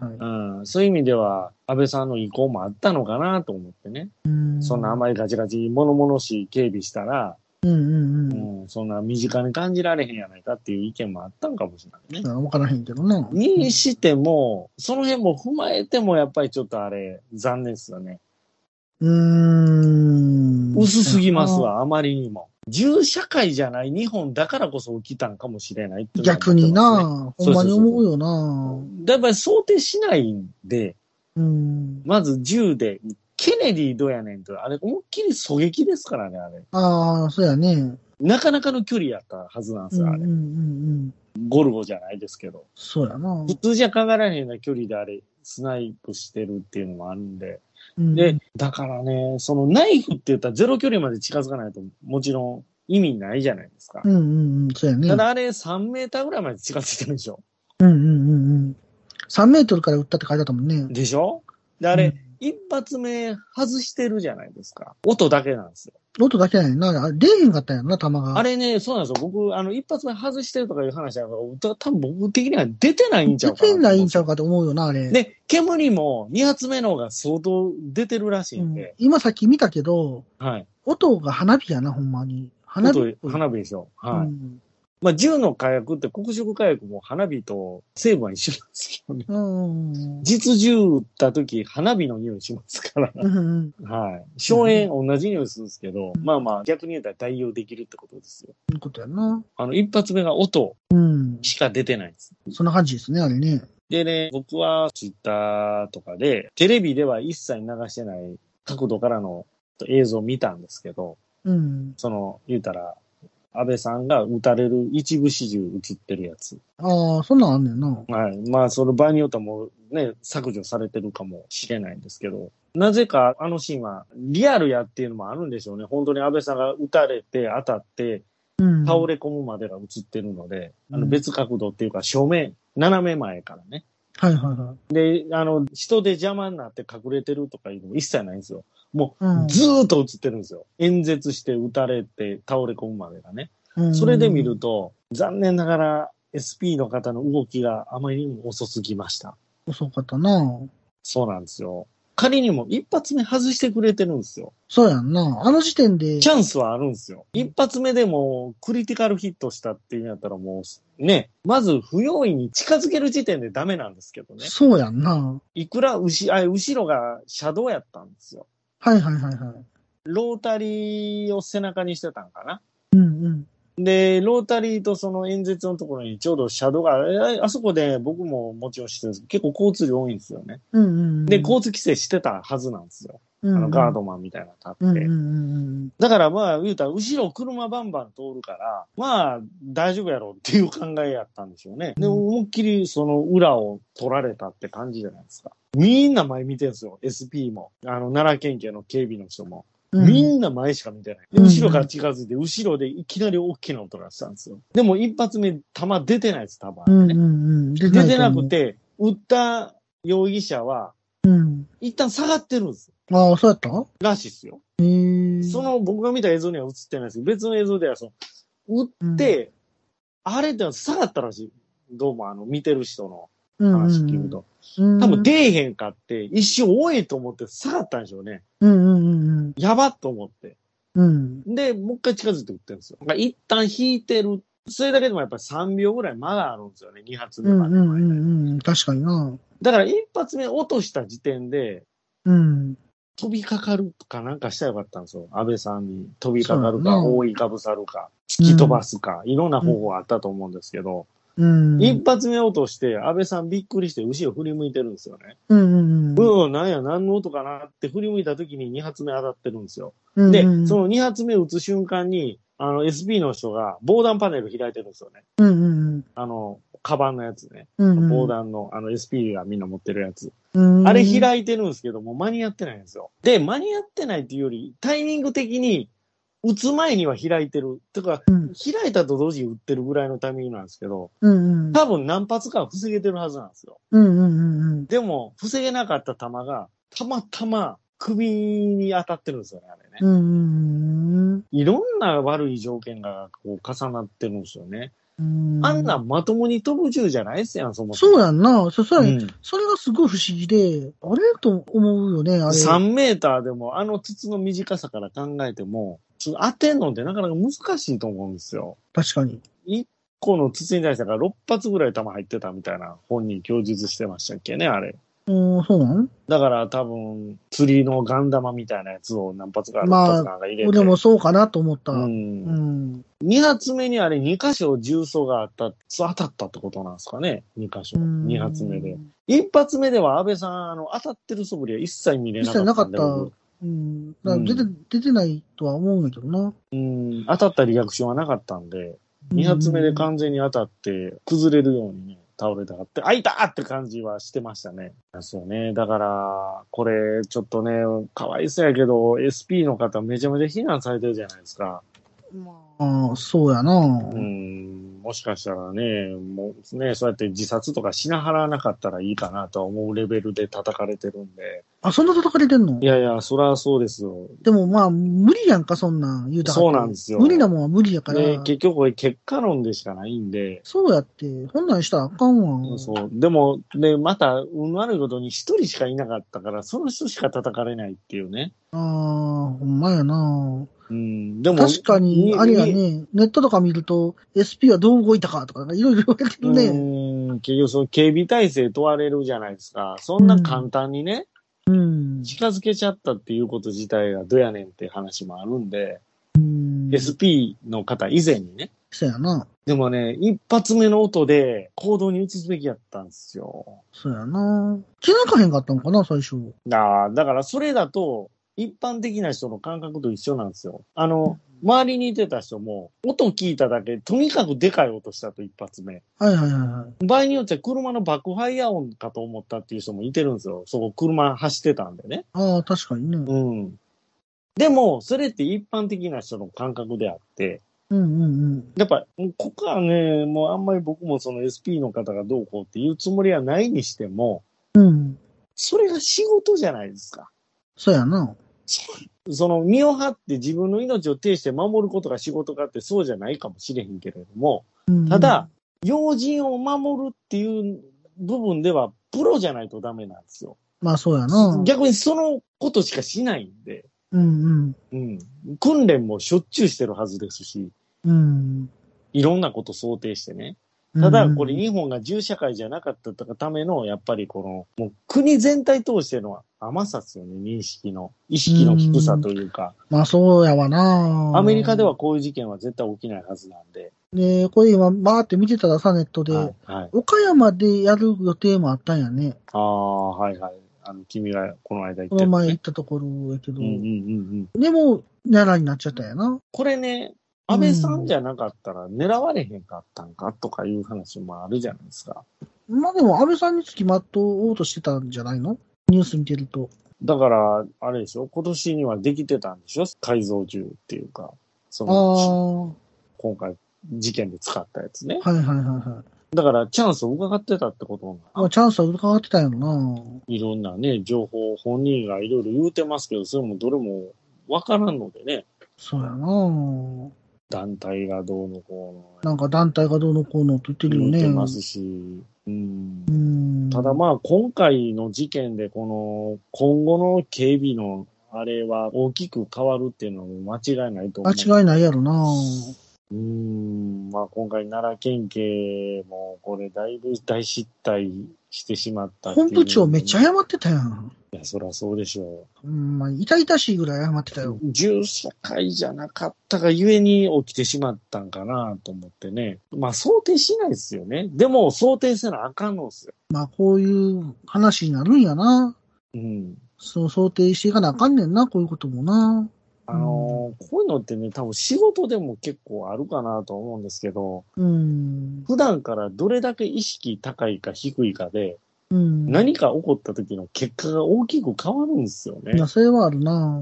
[SPEAKER 2] うん、そういう意味では安倍さんの意向もあったのかなと思ってね。
[SPEAKER 1] うん
[SPEAKER 2] そんなあまりガチガチ物々しい警備したら、
[SPEAKER 1] うんうんうん。
[SPEAKER 2] うん、そんな身近に感じられへんやないかっていう意見もあったんかもしれないね。
[SPEAKER 1] あわからへんけどな。
[SPEAKER 2] にしても、その辺も踏まえても、やっぱりちょっとあれ、残念ですよね。
[SPEAKER 1] うーん。
[SPEAKER 2] 薄すぎます。わ、あまりにも。銃社会じゃない日本だからこそ起きたんかもしれないっていうのは
[SPEAKER 1] 逆に
[SPEAKER 2] 思って
[SPEAKER 1] な、ほんまに思うよな
[SPEAKER 2] ま。すね。だいぶ想定しないんで、
[SPEAKER 1] うん。
[SPEAKER 2] まず銃で、ケネディどうやねんと、あれ思いっきり狙撃ですからね、あれ。
[SPEAKER 1] ああ、そうやね。
[SPEAKER 2] なかなかの距離やったはずなんで
[SPEAKER 1] う
[SPEAKER 2] す
[SPEAKER 1] んう
[SPEAKER 2] よ、
[SPEAKER 1] ん
[SPEAKER 2] あ
[SPEAKER 1] うん
[SPEAKER 2] れ。
[SPEAKER 1] うん。
[SPEAKER 2] ゴルゴじゃないですけど。
[SPEAKER 1] そうやな
[SPEAKER 2] 普。通じゃ考えられへんような距離であれ、スナイプしてるっていうのもあるんで。
[SPEAKER 1] うん
[SPEAKER 2] で、だからね、そのナイフって言ったらゼロ距離まで近づかないと、もちろん意味ないじゃないですか
[SPEAKER 1] う。んうんうん、そうやね。
[SPEAKER 2] ただあれ3メーターぐらいまで近づいてるでしょ。
[SPEAKER 1] うんうんうんうん。3メートルから撃ったって書いてあったもんね。
[SPEAKER 2] でしょで、あれ、一発目外してるじゃないですか。音だけなんですよ。
[SPEAKER 1] うん、音だけやねんな。あれ出えへんかったんやんな、弾が。
[SPEAKER 2] あれね、そうなんですよ。僕、あの、一発目外してるとかいう話だから、た多分僕的には出てないんちゃ
[SPEAKER 1] 出
[SPEAKER 2] うか
[SPEAKER 1] て
[SPEAKER 2] なと思う。
[SPEAKER 1] ないんちゃうかと思うよな、あれ。
[SPEAKER 2] で、煙も2発目の方が相当出てるらしい
[SPEAKER 1] うんん
[SPEAKER 2] で、、
[SPEAKER 1] 今さっき見たけど、
[SPEAKER 2] はい。
[SPEAKER 1] 音が花火やな、ほんまに。花火っ
[SPEAKER 2] 音
[SPEAKER 1] ぽい。
[SPEAKER 2] 花火でしょ。はい。
[SPEAKER 1] うん
[SPEAKER 2] まあ、銃の火薬って黒色火薬も花火と成分は一緒なんですけどね。
[SPEAKER 1] うんうん
[SPEAKER 2] 実銃撃った時、花火の匂いしますから。
[SPEAKER 1] うんうんうん。
[SPEAKER 2] はい。硝煙同じ匂いするんですけど、まあまあ、逆に言ったら代用できるってことですよ。
[SPEAKER 1] いうことやな。
[SPEAKER 2] あの、一発目が音
[SPEAKER 1] うん。
[SPEAKER 2] しか出てないんです。
[SPEAKER 1] そんな感じですね、あれね。
[SPEAKER 2] でね、僕はツイッターとかで、テレビでは一切流してない角度からの映像を見たんですけど、
[SPEAKER 1] うん。
[SPEAKER 2] その、言うたら、安倍さんが撃たれる一部始終映ってるやつ。
[SPEAKER 1] ああ、そんなんあんねんな。
[SPEAKER 2] はい。まあ、その場合によってはもうね、削除されてるかもしれないんですけど、なぜかあのシーンはリアルやっていうのもあるんでしょうね。本当に安倍さんが撃たれて当たって
[SPEAKER 1] うん。
[SPEAKER 2] 倒れ込むまでが映ってるので、あの
[SPEAKER 1] うん
[SPEAKER 2] 別角度っていうか正面、斜め前からね。
[SPEAKER 1] はいはいはい。
[SPEAKER 2] で、あの、人で邪魔になって隠れてるとかいうのも一切ないんですよ。も
[SPEAKER 1] うん
[SPEAKER 2] う、ずーっと映ってるんですよ。演説して撃たれて倒れ込むまでがね。
[SPEAKER 1] うん
[SPEAKER 2] それで見ると、残念ながら SP の方の動きがあまりにも遅すぎました。
[SPEAKER 1] 遅かったな。
[SPEAKER 2] そうなんですよ。仮にも一発目外してくれてるんですよ。
[SPEAKER 1] そうやんな。あの時点で、
[SPEAKER 2] チャンスはあるんですよ。一発目でもクリティカルヒットしたっていうんやったらもう、ね、まず不用意に近づける時点でダメなんですけどね。
[SPEAKER 1] そうやんな。
[SPEAKER 2] いくら後、あ後ろがシャドウやったんですよ。
[SPEAKER 1] はいはいはいはい。
[SPEAKER 2] ロータリーを背中にしてたんかな。
[SPEAKER 1] うんうん。
[SPEAKER 2] で、ロータリーとその演説のところにちょうどシャドウが、えあそこで僕ももちろん知ってるんですけど、結構交通量多いんですよね。
[SPEAKER 1] うんうんうん。
[SPEAKER 2] で、交通規制してたはずなんですよ。
[SPEAKER 1] う、あ
[SPEAKER 2] あのガー。ドマンみたいなの立って。
[SPEAKER 1] うんうんうん
[SPEAKER 2] だからまあ、言うたら、後ろ車バンバン通るから、まあ、大丈夫やろうっていう考えやったんでしょうね。で、
[SPEAKER 1] うん
[SPEAKER 2] 思いっきりその裏を取られたって感じじゃないですか。みんな前見てるんですよ。SP も。あの、奈良県警の警備の人も。
[SPEAKER 1] うん。
[SPEAKER 2] み
[SPEAKER 1] なん
[SPEAKER 2] な前しか見てない。で後ろから近づいて、後ろでいきなり大きな音がしたんですよ。でも一発目、弾出てないです、弾、
[SPEAKER 1] うんうんうん。出
[SPEAKER 2] 出てな
[SPEAKER 1] て。
[SPEAKER 2] くて、撃った容疑者は、
[SPEAKER 1] うん。
[SPEAKER 2] 一旦下がってるんです。
[SPEAKER 1] ああ、そうやった
[SPEAKER 2] らしいですよ。
[SPEAKER 1] へえ。
[SPEAKER 2] その僕が見た映像には映ってないですけど、別の映像ではその、打
[SPEAKER 1] うん、
[SPEAKER 2] って、あれって下がったらしい。どうもあの、見てる人の
[SPEAKER 1] うんうんうん、
[SPEAKER 2] 話聞くと。
[SPEAKER 1] うん。
[SPEAKER 2] 多分出えへんかって、一瞬多いと思って下がったんでしょうね。
[SPEAKER 1] うんうんうん
[SPEAKER 2] やばっと思って。
[SPEAKER 1] うん。うん。
[SPEAKER 2] で、もう一回近づいて打ってるんですよ。だから一旦引いてる。それだけでもやっぱり3秒ぐらい間があるんですよね、2発
[SPEAKER 1] う
[SPEAKER 2] 目
[SPEAKER 1] ん
[SPEAKER 2] ま
[SPEAKER 1] う
[SPEAKER 2] で。
[SPEAKER 1] んうんうん。確かにな。
[SPEAKER 2] だから一発目落とした時点で、
[SPEAKER 1] うん。
[SPEAKER 2] 飛びかかるかなんかしたらよかったんですよ。安倍さんに飛びかかるか、
[SPEAKER 1] そうやな
[SPEAKER 2] 覆いかぶさるか、突き飛ばすか、いろんな方法があったと思うんですけど、
[SPEAKER 1] うん。
[SPEAKER 2] 一発目落として、安倍さんびっくりして後ろ振り向いてるんですよね。
[SPEAKER 1] うんうんうん。
[SPEAKER 2] うん、なんや、何の音かなって振り向いた時に2発目当たってるんですよ。
[SPEAKER 1] うん
[SPEAKER 2] で、
[SPEAKER 1] うん
[SPEAKER 2] その2発目撃つ瞬間に、あの、SP の人が防弾パネル開いてるんですよね。
[SPEAKER 1] うんうん
[SPEAKER 2] あの、カバンのやつね。
[SPEAKER 1] うん。うん
[SPEAKER 2] 防弾の、あの、SP がみんな持ってるやつ。
[SPEAKER 1] うん。
[SPEAKER 2] あれ開いてるんですけども、間に合ってないんですよ。で、間に合ってないっていうより、タイミング的に、撃つ前には開いてる。てか、
[SPEAKER 1] うん
[SPEAKER 2] 開いたと同時に撃ってるぐらいのタイミングなんですけど、
[SPEAKER 1] うんうん。
[SPEAKER 2] 多分何発か防げてるはずなんですよ。
[SPEAKER 1] うんうんうんうん。
[SPEAKER 2] でも、防げなかった弾が、たまたま首に当たってるんですよね、あれね。
[SPEAKER 1] うんうん
[SPEAKER 2] いろんな悪い条件がこう重なってるんですよね。
[SPEAKER 1] うん。うん
[SPEAKER 2] あんなんまともに飛ぶ銃じゃないっすやん、そもそも。
[SPEAKER 1] そうやんな。そ、そうやん
[SPEAKER 2] うん
[SPEAKER 1] それがすごい不思議で、あれと思うよね、あれ。
[SPEAKER 2] 3メーターでも、あの筒の短さから考えても、ちょっと当てんのってなかなか難しいと思うんですよ。
[SPEAKER 1] 確かに。
[SPEAKER 2] 1個の筒に対してだから6発ぐらい弾入ってたみたいな本人供述してましたっけね、あれ。
[SPEAKER 1] うん、そうなん
[SPEAKER 2] だから多分、釣りのガン玉みたいなやつを何発か6
[SPEAKER 1] まあ
[SPEAKER 2] 発なんか入れて。
[SPEAKER 1] 俺もそうかなと思った。
[SPEAKER 2] う
[SPEAKER 1] うん。
[SPEAKER 2] ん。2発目にあれ2箇所銃創があった、当たったってことなんですかね、2箇所。
[SPEAKER 1] うん
[SPEAKER 2] 2発目で。。一発目では安倍さん、あの、当たってる素振りは一切見れなかったん
[SPEAKER 1] 一切
[SPEAKER 2] で。
[SPEAKER 1] なかった
[SPEAKER 2] 僕
[SPEAKER 1] うん。だから出て、出てないとは思うんだけどな。
[SPEAKER 2] うん、当たったリアクションはなかったんで、二発目で完全に当たって、崩れるようにね、倒れたがって、あいたって感じはしてましたね。ですよね。だから、これ、ちょっとね、かわいそうやけど、SP の方めちゃめちゃ非難されてるじゃないですか。
[SPEAKER 1] まあ、そうやな。
[SPEAKER 2] うん、もしかしたらね、もうね、そうやって自殺とかしなはらなかったらいいかなとは思うレベルで叩かれてるんで。
[SPEAKER 1] あ、そんな叩かれてんの
[SPEAKER 2] いやいや、そらそうですよ。
[SPEAKER 1] でもまあ、無理やんか、そんなん言うたら
[SPEAKER 2] そうなんですよ
[SPEAKER 1] 無理なもんは無理やから。
[SPEAKER 2] ね、結局これ結果論でしかないんで、
[SPEAKER 1] そうやって、こんなんしたらあかんわ。
[SPEAKER 2] そう。でも、ね、また、運悪いことに一人しかいなかったから、その人しか叩かれないっていうね。
[SPEAKER 1] ああ、ほんまやな。
[SPEAKER 2] うん。でも、
[SPEAKER 1] 確かに、あれや
[SPEAKER 2] に
[SPEAKER 1] ね、ネットとか見ると、SP はどう動いたかとか、いろいろ言われてるね。
[SPEAKER 2] うん。結局、その警備体制問われるじゃないですか。そんな簡単にね、
[SPEAKER 1] うん。
[SPEAKER 2] 近づけちゃったっていうこと自体がどやねんっていう話もあるんで、
[SPEAKER 1] うん。
[SPEAKER 2] SP の方以前にね。
[SPEAKER 1] そうやな。
[SPEAKER 2] でもね、一発目の音で行動に移すべきやったんですよ。
[SPEAKER 1] そうやな。気づかへんかったのかな、最初。
[SPEAKER 2] ああ、だからそれだと、一般的な人の感覚と一緒なんですよ。あの、周りにいてた人も、音聞いただけ、とにかくでかい音したと一発目。
[SPEAKER 1] はいはいはいはい。
[SPEAKER 2] 場合によっては車の爆破イヤー音かと思ったっていう人もいてるんですよ。そこ車走ってたんでね。
[SPEAKER 1] ああ、確かにね。
[SPEAKER 2] うん。でも、それって一般的な人の感覚であって、
[SPEAKER 1] うんうんうん。
[SPEAKER 2] やっぱ、もうここはね、もうあんまり僕もその SP の方がどうこうっていうつもりはないにしても、
[SPEAKER 1] うん。
[SPEAKER 2] それが仕事じゃないですか。
[SPEAKER 1] そうやな。
[SPEAKER 2] その身を張って自分の命を呈して守ることが仕事かってそうじゃないかもしれへんけれども、
[SPEAKER 1] うん
[SPEAKER 2] ただ、、要人を守るっていう部分ではプロじゃないとダメなんですよ。
[SPEAKER 1] まあそうやな。
[SPEAKER 2] 逆にそのことしかしないんで、
[SPEAKER 1] うん
[SPEAKER 2] うん。訓練もしょっちゅうしてるはずですし、
[SPEAKER 1] うん。うん。
[SPEAKER 2] いろんなこと想定してね。ただ、これ
[SPEAKER 1] い
[SPEAKER 2] 日本が銃社会じゃなかったための、やっぱりこの、もう国全体通しての甘さですよね、認識の。意識の低さというか。
[SPEAKER 1] まあそうやわな。
[SPEAKER 2] アメリカで。はこういう事件は絶対起きないはずなんで。
[SPEAKER 1] ねこれ今、バーって見てたらさ、ネットで。
[SPEAKER 2] はい、はい。
[SPEAKER 1] 岡山でやる予定もあったんやね。
[SPEAKER 2] ああ、はいはい。あの、君がこの間言
[SPEAKER 1] こ
[SPEAKER 2] って
[SPEAKER 1] の
[SPEAKER 2] る、
[SPEAKER 1] 前行
[SPEAKER 2] ね
[SPEAKER 1] っ。たところやけど。
[SPEAKER 2] うんうんうんうん。
[SPEAKER 1] でも、奈良になっちゃったんやな。
[SPEAKER 2] これね、安倍さんじゃなかったら狙われへんかったんかとかいう話もあるじゃないですか。
[SPEAKER 1] まあでも、安倍さんにつきまとおうとしてたんじゃないのニュース見てると。
[SPEAKER 2] だから、あれでしょ今年にはできてたんでしょ改造銃っていうか、その、今回事件で使ったやつね。
[SPEAKER 1] ああ、はいはいはいはい。
[SPEAKER 2] だから、チャンスを伺ってたってことな
[SPEAKER 1] まあ、チャンスは伺ってたんやろな。
[SPEAKER 2] いろんなね、情報、本人がいろいろ言うてますけど、それもどれもわからんのでね。
[SPEAKER 1] そうやな。
[SPEAKER 2] 団体がどうのこうの
[SPEAKER 1] なんか団体がどうのこうのって言ってるよ
[SPEAKER 2] 言っ
[SPEAKER 1] ね。
[SPEAKER 2] てますし、うん
[SPEAKER 1] う、ん。
[SPEAKER 2] ただまあ今回の事件でこの今後の警備のあれは大きく変わるっていうのも間違いないと思う。
[SPEAKER 1] 間違いないやろな。
[SPEAKER 2] うーん、まあ今回奈良県警もこれだいぶ大失態してしまったっていう
[SPEAKER 1] 本部長めっちゃ謝ってたやん。
[SPEAKER 2] いや、そらそうでしょ
[SPEAKER 1] うん、まあ、痛々しいぐらい謝ってたよ。
[SPEAKER 2] う。重社会じゃなかったがゆえに起きてしまったんかなと思ってね。まあ想定しないですよね。でも想定せなあかんのですよ。
[SPEAKER 1] まあ、こういう話になるんやな。
[SPEAKER 2] うん。
[SPEAKER 1] そう想定していかなあかんねんな、こういうこともな。
[SPEAKER 2] あのーこういうのってね、多分仕事でも結構あるかなと思うんですけど、
[SPEAKER 1] うん。
[SPEAKER 2] 普段からどれだけ意識高いか低いかで、
[SPEAKER 1] うん。
[SPEAKER 2] 何か起こった時の結果が大きく変わるんですよね。
[SPEAKER 1] まあ、それはあるな。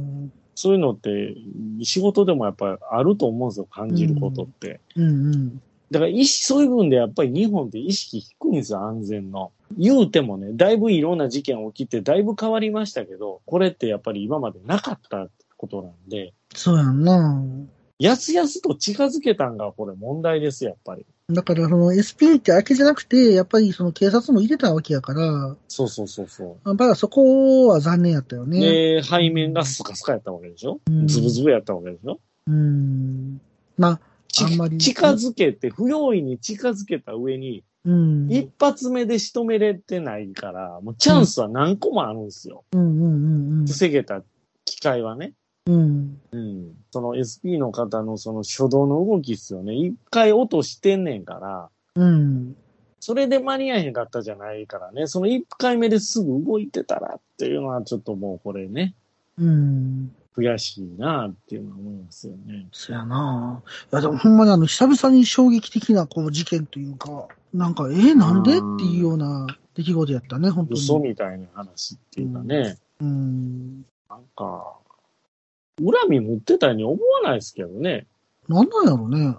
[SPEAKER 2] そういうのって、仕事でもやっぱりあると思うんですよ、感じることって。
[SPEAKER 1] うんうん。
[SPEAKER 2] だから意識、そういう分でやっぱり日本って意識低いんですよ、安全の。言うてもね、だいぶいろんな事件起きて、だいぶ変わりましたけど、これってやっぱり今までなかったことなんで、
[SPEAKER 1] そうやんな。
[SPEAKER 2] やすやすと近づけたんがこれ問題ですよ、やっぱり。
[SPEAKER 1] だから、その SPA ってだけじゃなくて、やっぱりその警察も入れたわけやから、
[SPEAKER 2] そうそうそうそ
[SPEAKER 1] やっぱりそこは残念やったよ
[SPEAKER 2] う。
[SPEAKER 1] ね。
[SPEAKER 2] で、背面がスカスカやったわけでしょ
[SPEAKER 1] うん
[SPEAKER 2] ズブズブやったわけでしょ
[SPEAKER 1] うん。ま
[SPEAKER 2] ち
[SPEAKER 1] あんまり
[SPEAKER 2] 近づけて、不用意に近づけた上に、
[SPEAKER 1] あ、うん。
[SPEAKER 2] 一発目で仕留めれてないから、もうチャンスは何個もあるんですよ。
[SPEAKER 1] うんうんうん
[SPEAKER 2] 防げた機会はね。
[SPEAKER 1] うん。うん。
[SPEAKER 2] うん。その SP の方のその初動の動きっすよね。一回落としてんねんから、
[SPEAKER 1] うん。
[SPEAKER 2] それで間に合えへんかったじゃないからね。その一回目ですぐ動いてたらっていうのはちょっともうこれね、
[SPEAKER 1] うん。
[SPEAKER 2] 悔しいなっていうのは思いますよね。
[SPEAKER 1] そやないやでもほんまにあの、久々に衝撃的なこう事件というか、なんか、えーなんでっ
[SPEAKER 2] うん
[SPEAKER 1] ていうような出来事やったね、本当
[SPEAKER 2] 嘘
[SPEAKER 1] に。
[SPEAKER 2] みたいな話っていうかね。
[SPEAKER 1] うん。
[SPEAKER 2] なんか、恨み持ってたように思わないですけどね。
[SPEAKER 1] なんなんやろね。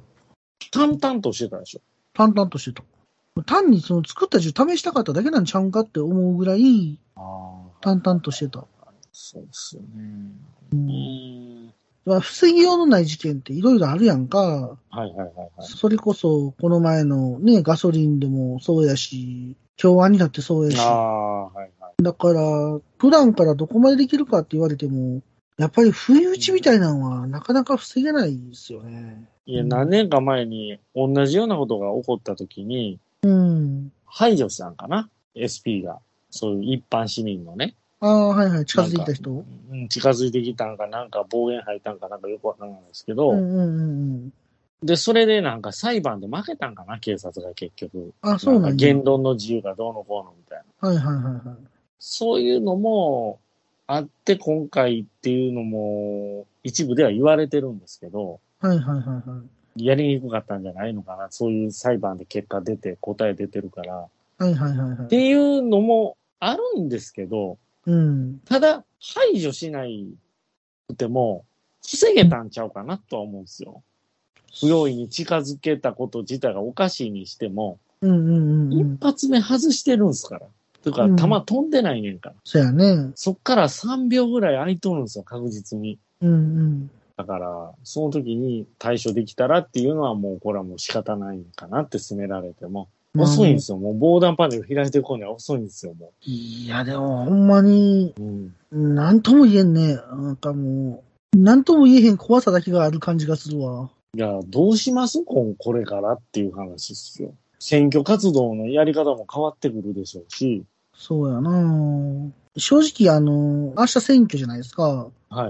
[SPEAKER 2] 淡々としてたでしょ。
[SPEAKER 1] 淡々としてた。単にその作った銃試したかっただけなんちゃうんかって思うぐらい、
[SPEAKER 2] ああ。
[SPEAKER 1] 淡々としてた。
[SPEAKER 2] そうっすよね。
[SPEAKER 1] うん。まあ、防ぎようのない事件っていろいろあるやんか。
[SPEAKER 2] はいはいはいはい。
[SPEAKER 1] それこそ、この前のね、ガソリンでもそうやし、共和になってそうやし。
[SPEAKER 2] ああ、はいはい。
[SPEAKER 1] だから、普段からどこまでできるかって言われても、やっぱり不意打ちみたいなのはなかなか防げないですよね。
[SPEAKER 2] いや、
[SPEAKER 1] うん
[SPEAKER 2] 何年か前に同じようなことが起こった時に、
[SPEAKER 1] うん。
[SPEAKER 2] 排除したんかな ?SP が。そういう一般市民のね。
[SPEAKER 1] ああ、はいはい、近づいた人。
[SPEAKER 2] うん、近づいてきたんか、なんか暴言吐いたんか、なんかよくわからないですけど、
[SPEAKER 1] うんうんうんうん。
[SPEAKER 2] で、それでなんか裁判で負けたんかな警察が結局。
[SPEAKER 1] あそう
[SPEAKER 2] な
[SPEAKER 1] なんん
[SPEAKER 2] か
[SPEAKER 1] や。
[SPEAKER 2] 言論の自由がどうのこうのみたいな。
[SPEAKER 1] はいはいはいはい。
[SPEAKER 2] そういうのもあって、今回っていうのも一部では言われてるんですけど、
[SPEAKER 1] はいはいはいはい。
[SPEAKER 2] やりにくかったんじゃないのかな。そういう裁判で結果出て、答え出てるから。
[SPEAKER 1] はいはいはいは
[SPEAKER 2] っ
[SPEAKER 1] い。
[SPEAKER 2] ていうのもあるんですけど、
[SPEAKER 1] うん。
[SPEAKER 2] ただ、排除しないくても、防げたんちゃうかなとは思うんですよ。不用意に近づけたこと自体がおかしいにしても、
[SPEAKER 1] うんうんうんう
[SPEAKER 2] 一
[SPEAKER 1] ん。
[SPEAKER 2] 発目外してるんすから。とか
[SPEAKER 1] う、ん
[SPEAKER 2] 弾飛んでないねんから。
[SPEAKER 1] そやね。うん
[SPEAKER 2] そっから3秒ぐらい空いとるんですよ、確実に。
[SPEAKER 1] うん。
[SPEAKER 2] だから、その時に対処できたらっていうのはもう、これはもう仕方ないんかなって進められても。遅いんですよ、もう防弾パネル開いてこない遅いんですよ、も
[SPEAKER 1] いや、でもほんまに、
[SPEAKER 2] う。うん。
[SPEAKER 1] なんとも言えんね。なんかもう、なんとも言えへん怖さだけがある感じがするわ。
[SPEAKER 2] いや、どうしますここれからっていう話ですよ。選挙活動のやり方も変わってくるでしょうし、
[SPEAKER 1] そうやな正直、あの、明日選挙じゃないですか。
[SPEAKER 2] は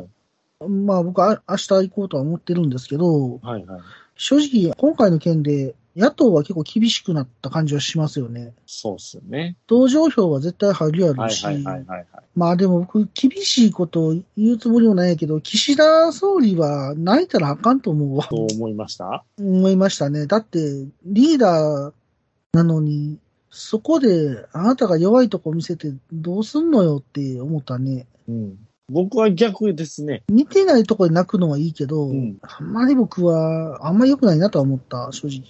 [SPEAKER 2] い、
[SPEAKER 1] まあ僕は明日行こうとは思ってるんですけど、
[SPEAKER 2] はい、はい。
[SPEAKER 1] 正直今回の件で野党は結構厳しくなった感じはしますよね。
[SPEAKER 2] そうっすよね。
[SPEAKER 1] 同情票は絶対入るや
[SPEAKER 2] は
[SPEAKER 1] ろ
[SPEAKER 2] い、
[SPEAKER 1] し、
[SPEAKER 2] はい、はい、はい。はい
[SPEAKER 1] まあでも僕厳しいことを言うつもりもないやけど、岸田総理は泣いたらあかんと思うわ。
[SPEAKER 2] どう思いました
[SPEAKER 1] 思いましたね。だって、リーダーなのに、そこであなたが弱いとこ見せてどうすんのよって思ったね。
[SPEAKER 2] うん。僕は逆ですね。
[SPEAKER 1] 似てないとこで泣くのはいいけど、
[SPEAKER 2] うん
[SPEAKER 1] あんまり僕は、あんまり良くないなとは思った、正直。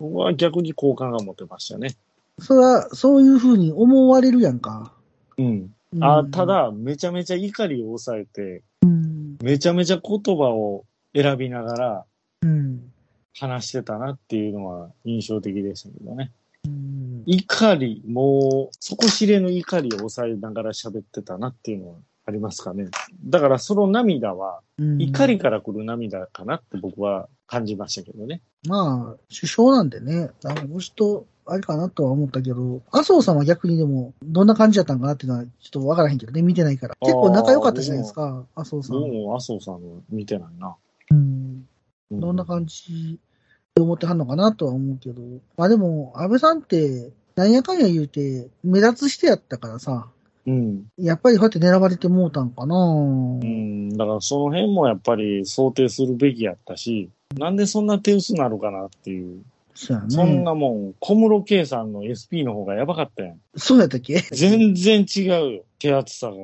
[SPEAKER 2] 僕は逆に好感が持てましたね。
[SPEAKER 1] それは、そういうふうに思われるやんか。
[SPEAKER 2] うん。
[SPEAKER 1] うん
[SPEAKER 2] あ、た、だ、めちゃめちゃ怒りを抑えて、
[SPEAKER 1] うん、
[SPEAKER 2] めちゃめちゃ言葉を選びながら
[SPEAKER 1] うん、
[SPEAKER 2] 話してたなっていうのは印象的でしたけどね。
[SPEAKER 1] うん。
[SPEAKER 2] 怒り、もう、底知れぬ怒りを抑えながら喋ってたなっていうのはありますかね。だからその涙は、怒りから来る涙かなって僕は感じましたけどね。
[SPEAKER 1] まあ、首相なんでね、あの、ちと、あれかなとは思ったけど、麻生さんは逆にでも、どんな感じだったんかなっていうのは、ちょっとわからへんけどね、見てないから。
[SPEAKER 2] あー
[SPEAKER 1] 結構仲良かったじゃないですか、麻生さん。
[SPEAKER 2] どうも麻生さんの見てないな。
[SPEAKER 1] うん。
[SPEAKER 2] う
[SPEAKER 1] どんな感じで思ってはんのかなとは思うけど。まあでも、安倍さんって、なんやかんや言うて、目立つ人やったからさ、
[SPEAKER 2] うん。
[SPEAKER 1] やっぱりこうやって狙われてもうたんかな
[SPEAKER 2] うん。だからその辺もやっぱり想定するべきやったし、なんでそんな手薄なのかなっていう。
[SPEAKER 1] そうやね。
[SPEAKER 2] そんなもん、小室圭さんの SP の方がやばかったやん。
[SPEAKER 1] そうやったっけ
[SPEAKER 2] 全然違うよ、手厚さが。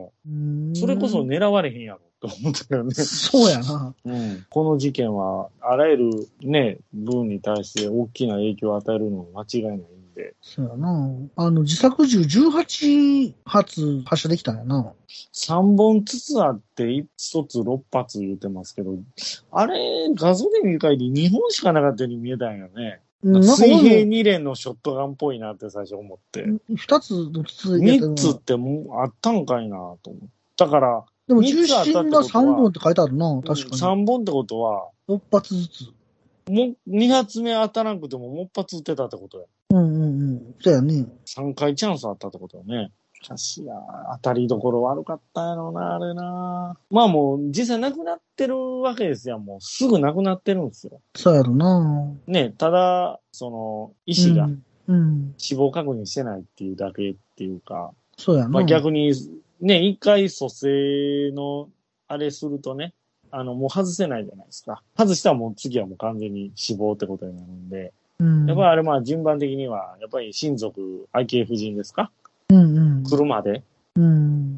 [SPEAKER 2] それこそ
[SPEAKER 1] ね。
[SPEAKER 2] 狙われへんやろと思ったよね。
[SPEAKER 1] そうやな。
[SPEAKER 2] うん、この事件は、あらゆるね、分に対して大きな影響を与えるのは間違いないんで、
[SPEAKER 1] そうやな。あの、自作銃18発発射できたんやな。
[SPEAKER 2] 3本ずつあって、1つ6発言ってますけど、あれ、画像で見る限り2本しかなかったように見えたんよね。
[SPEAKER 1] うんなんか
[SPEAKER 2] 水平
[SPEAKER 1] 俺も
[SPEAKER 2] 2連のショットガンっぽいなって最初思って。
[SPEAKER 1] 2つの筒やけど
[SPEAKER 2] 3つってもうあったんかいなと思う。だから、
[SPEAKER 1] でも
[SPEAKER 2] 三
[SPEAKER 1] 重
[SPEAKER 2] つあったってことは
[SPEAKER 1] 心が3本って書いてあるな。確か
[SPEAKER 2] 3本ってことは、
[SPEAKER 1] に。6発ずつ。
[SPEAKER 2] もう2発目当たらなくてももう1発撃てたってことや。
[SPEAKER 1] うんうんうん。そうやね。
[SPEAKER 2] 3回チャンスあったってことよね。しかしや、当たりどころ悪かったやろうな、あれな。まあもう、実際なくなってるわけですよ。もうすぐなくなってるんですよ。
[SPEAKER 1] そうやろな。
[SPEAKER 2] ね、ただ、その、医師が
[SPEAKER 1] うん。うん。
[SPEAKER 2] 死亡確認してないっていうだけっていうか、
[SPEAKER 1] そうやな。
[SPEAKER 2] まあ逆に、ね、一回蘇生の、あれするとね、あの、もう外せないじゃないですか。外したらもう次はもう完全に死亡ってことになるんで、
[SPEAKER 1] うん。
[SPEAKER 2] やっぱりあれまあ順番的には、やっぱり親族、昭恵夫人ですか
[SPEAKER 1] うん
[SPEAKER 2] 来るまで
[SPEAKER 1] うん。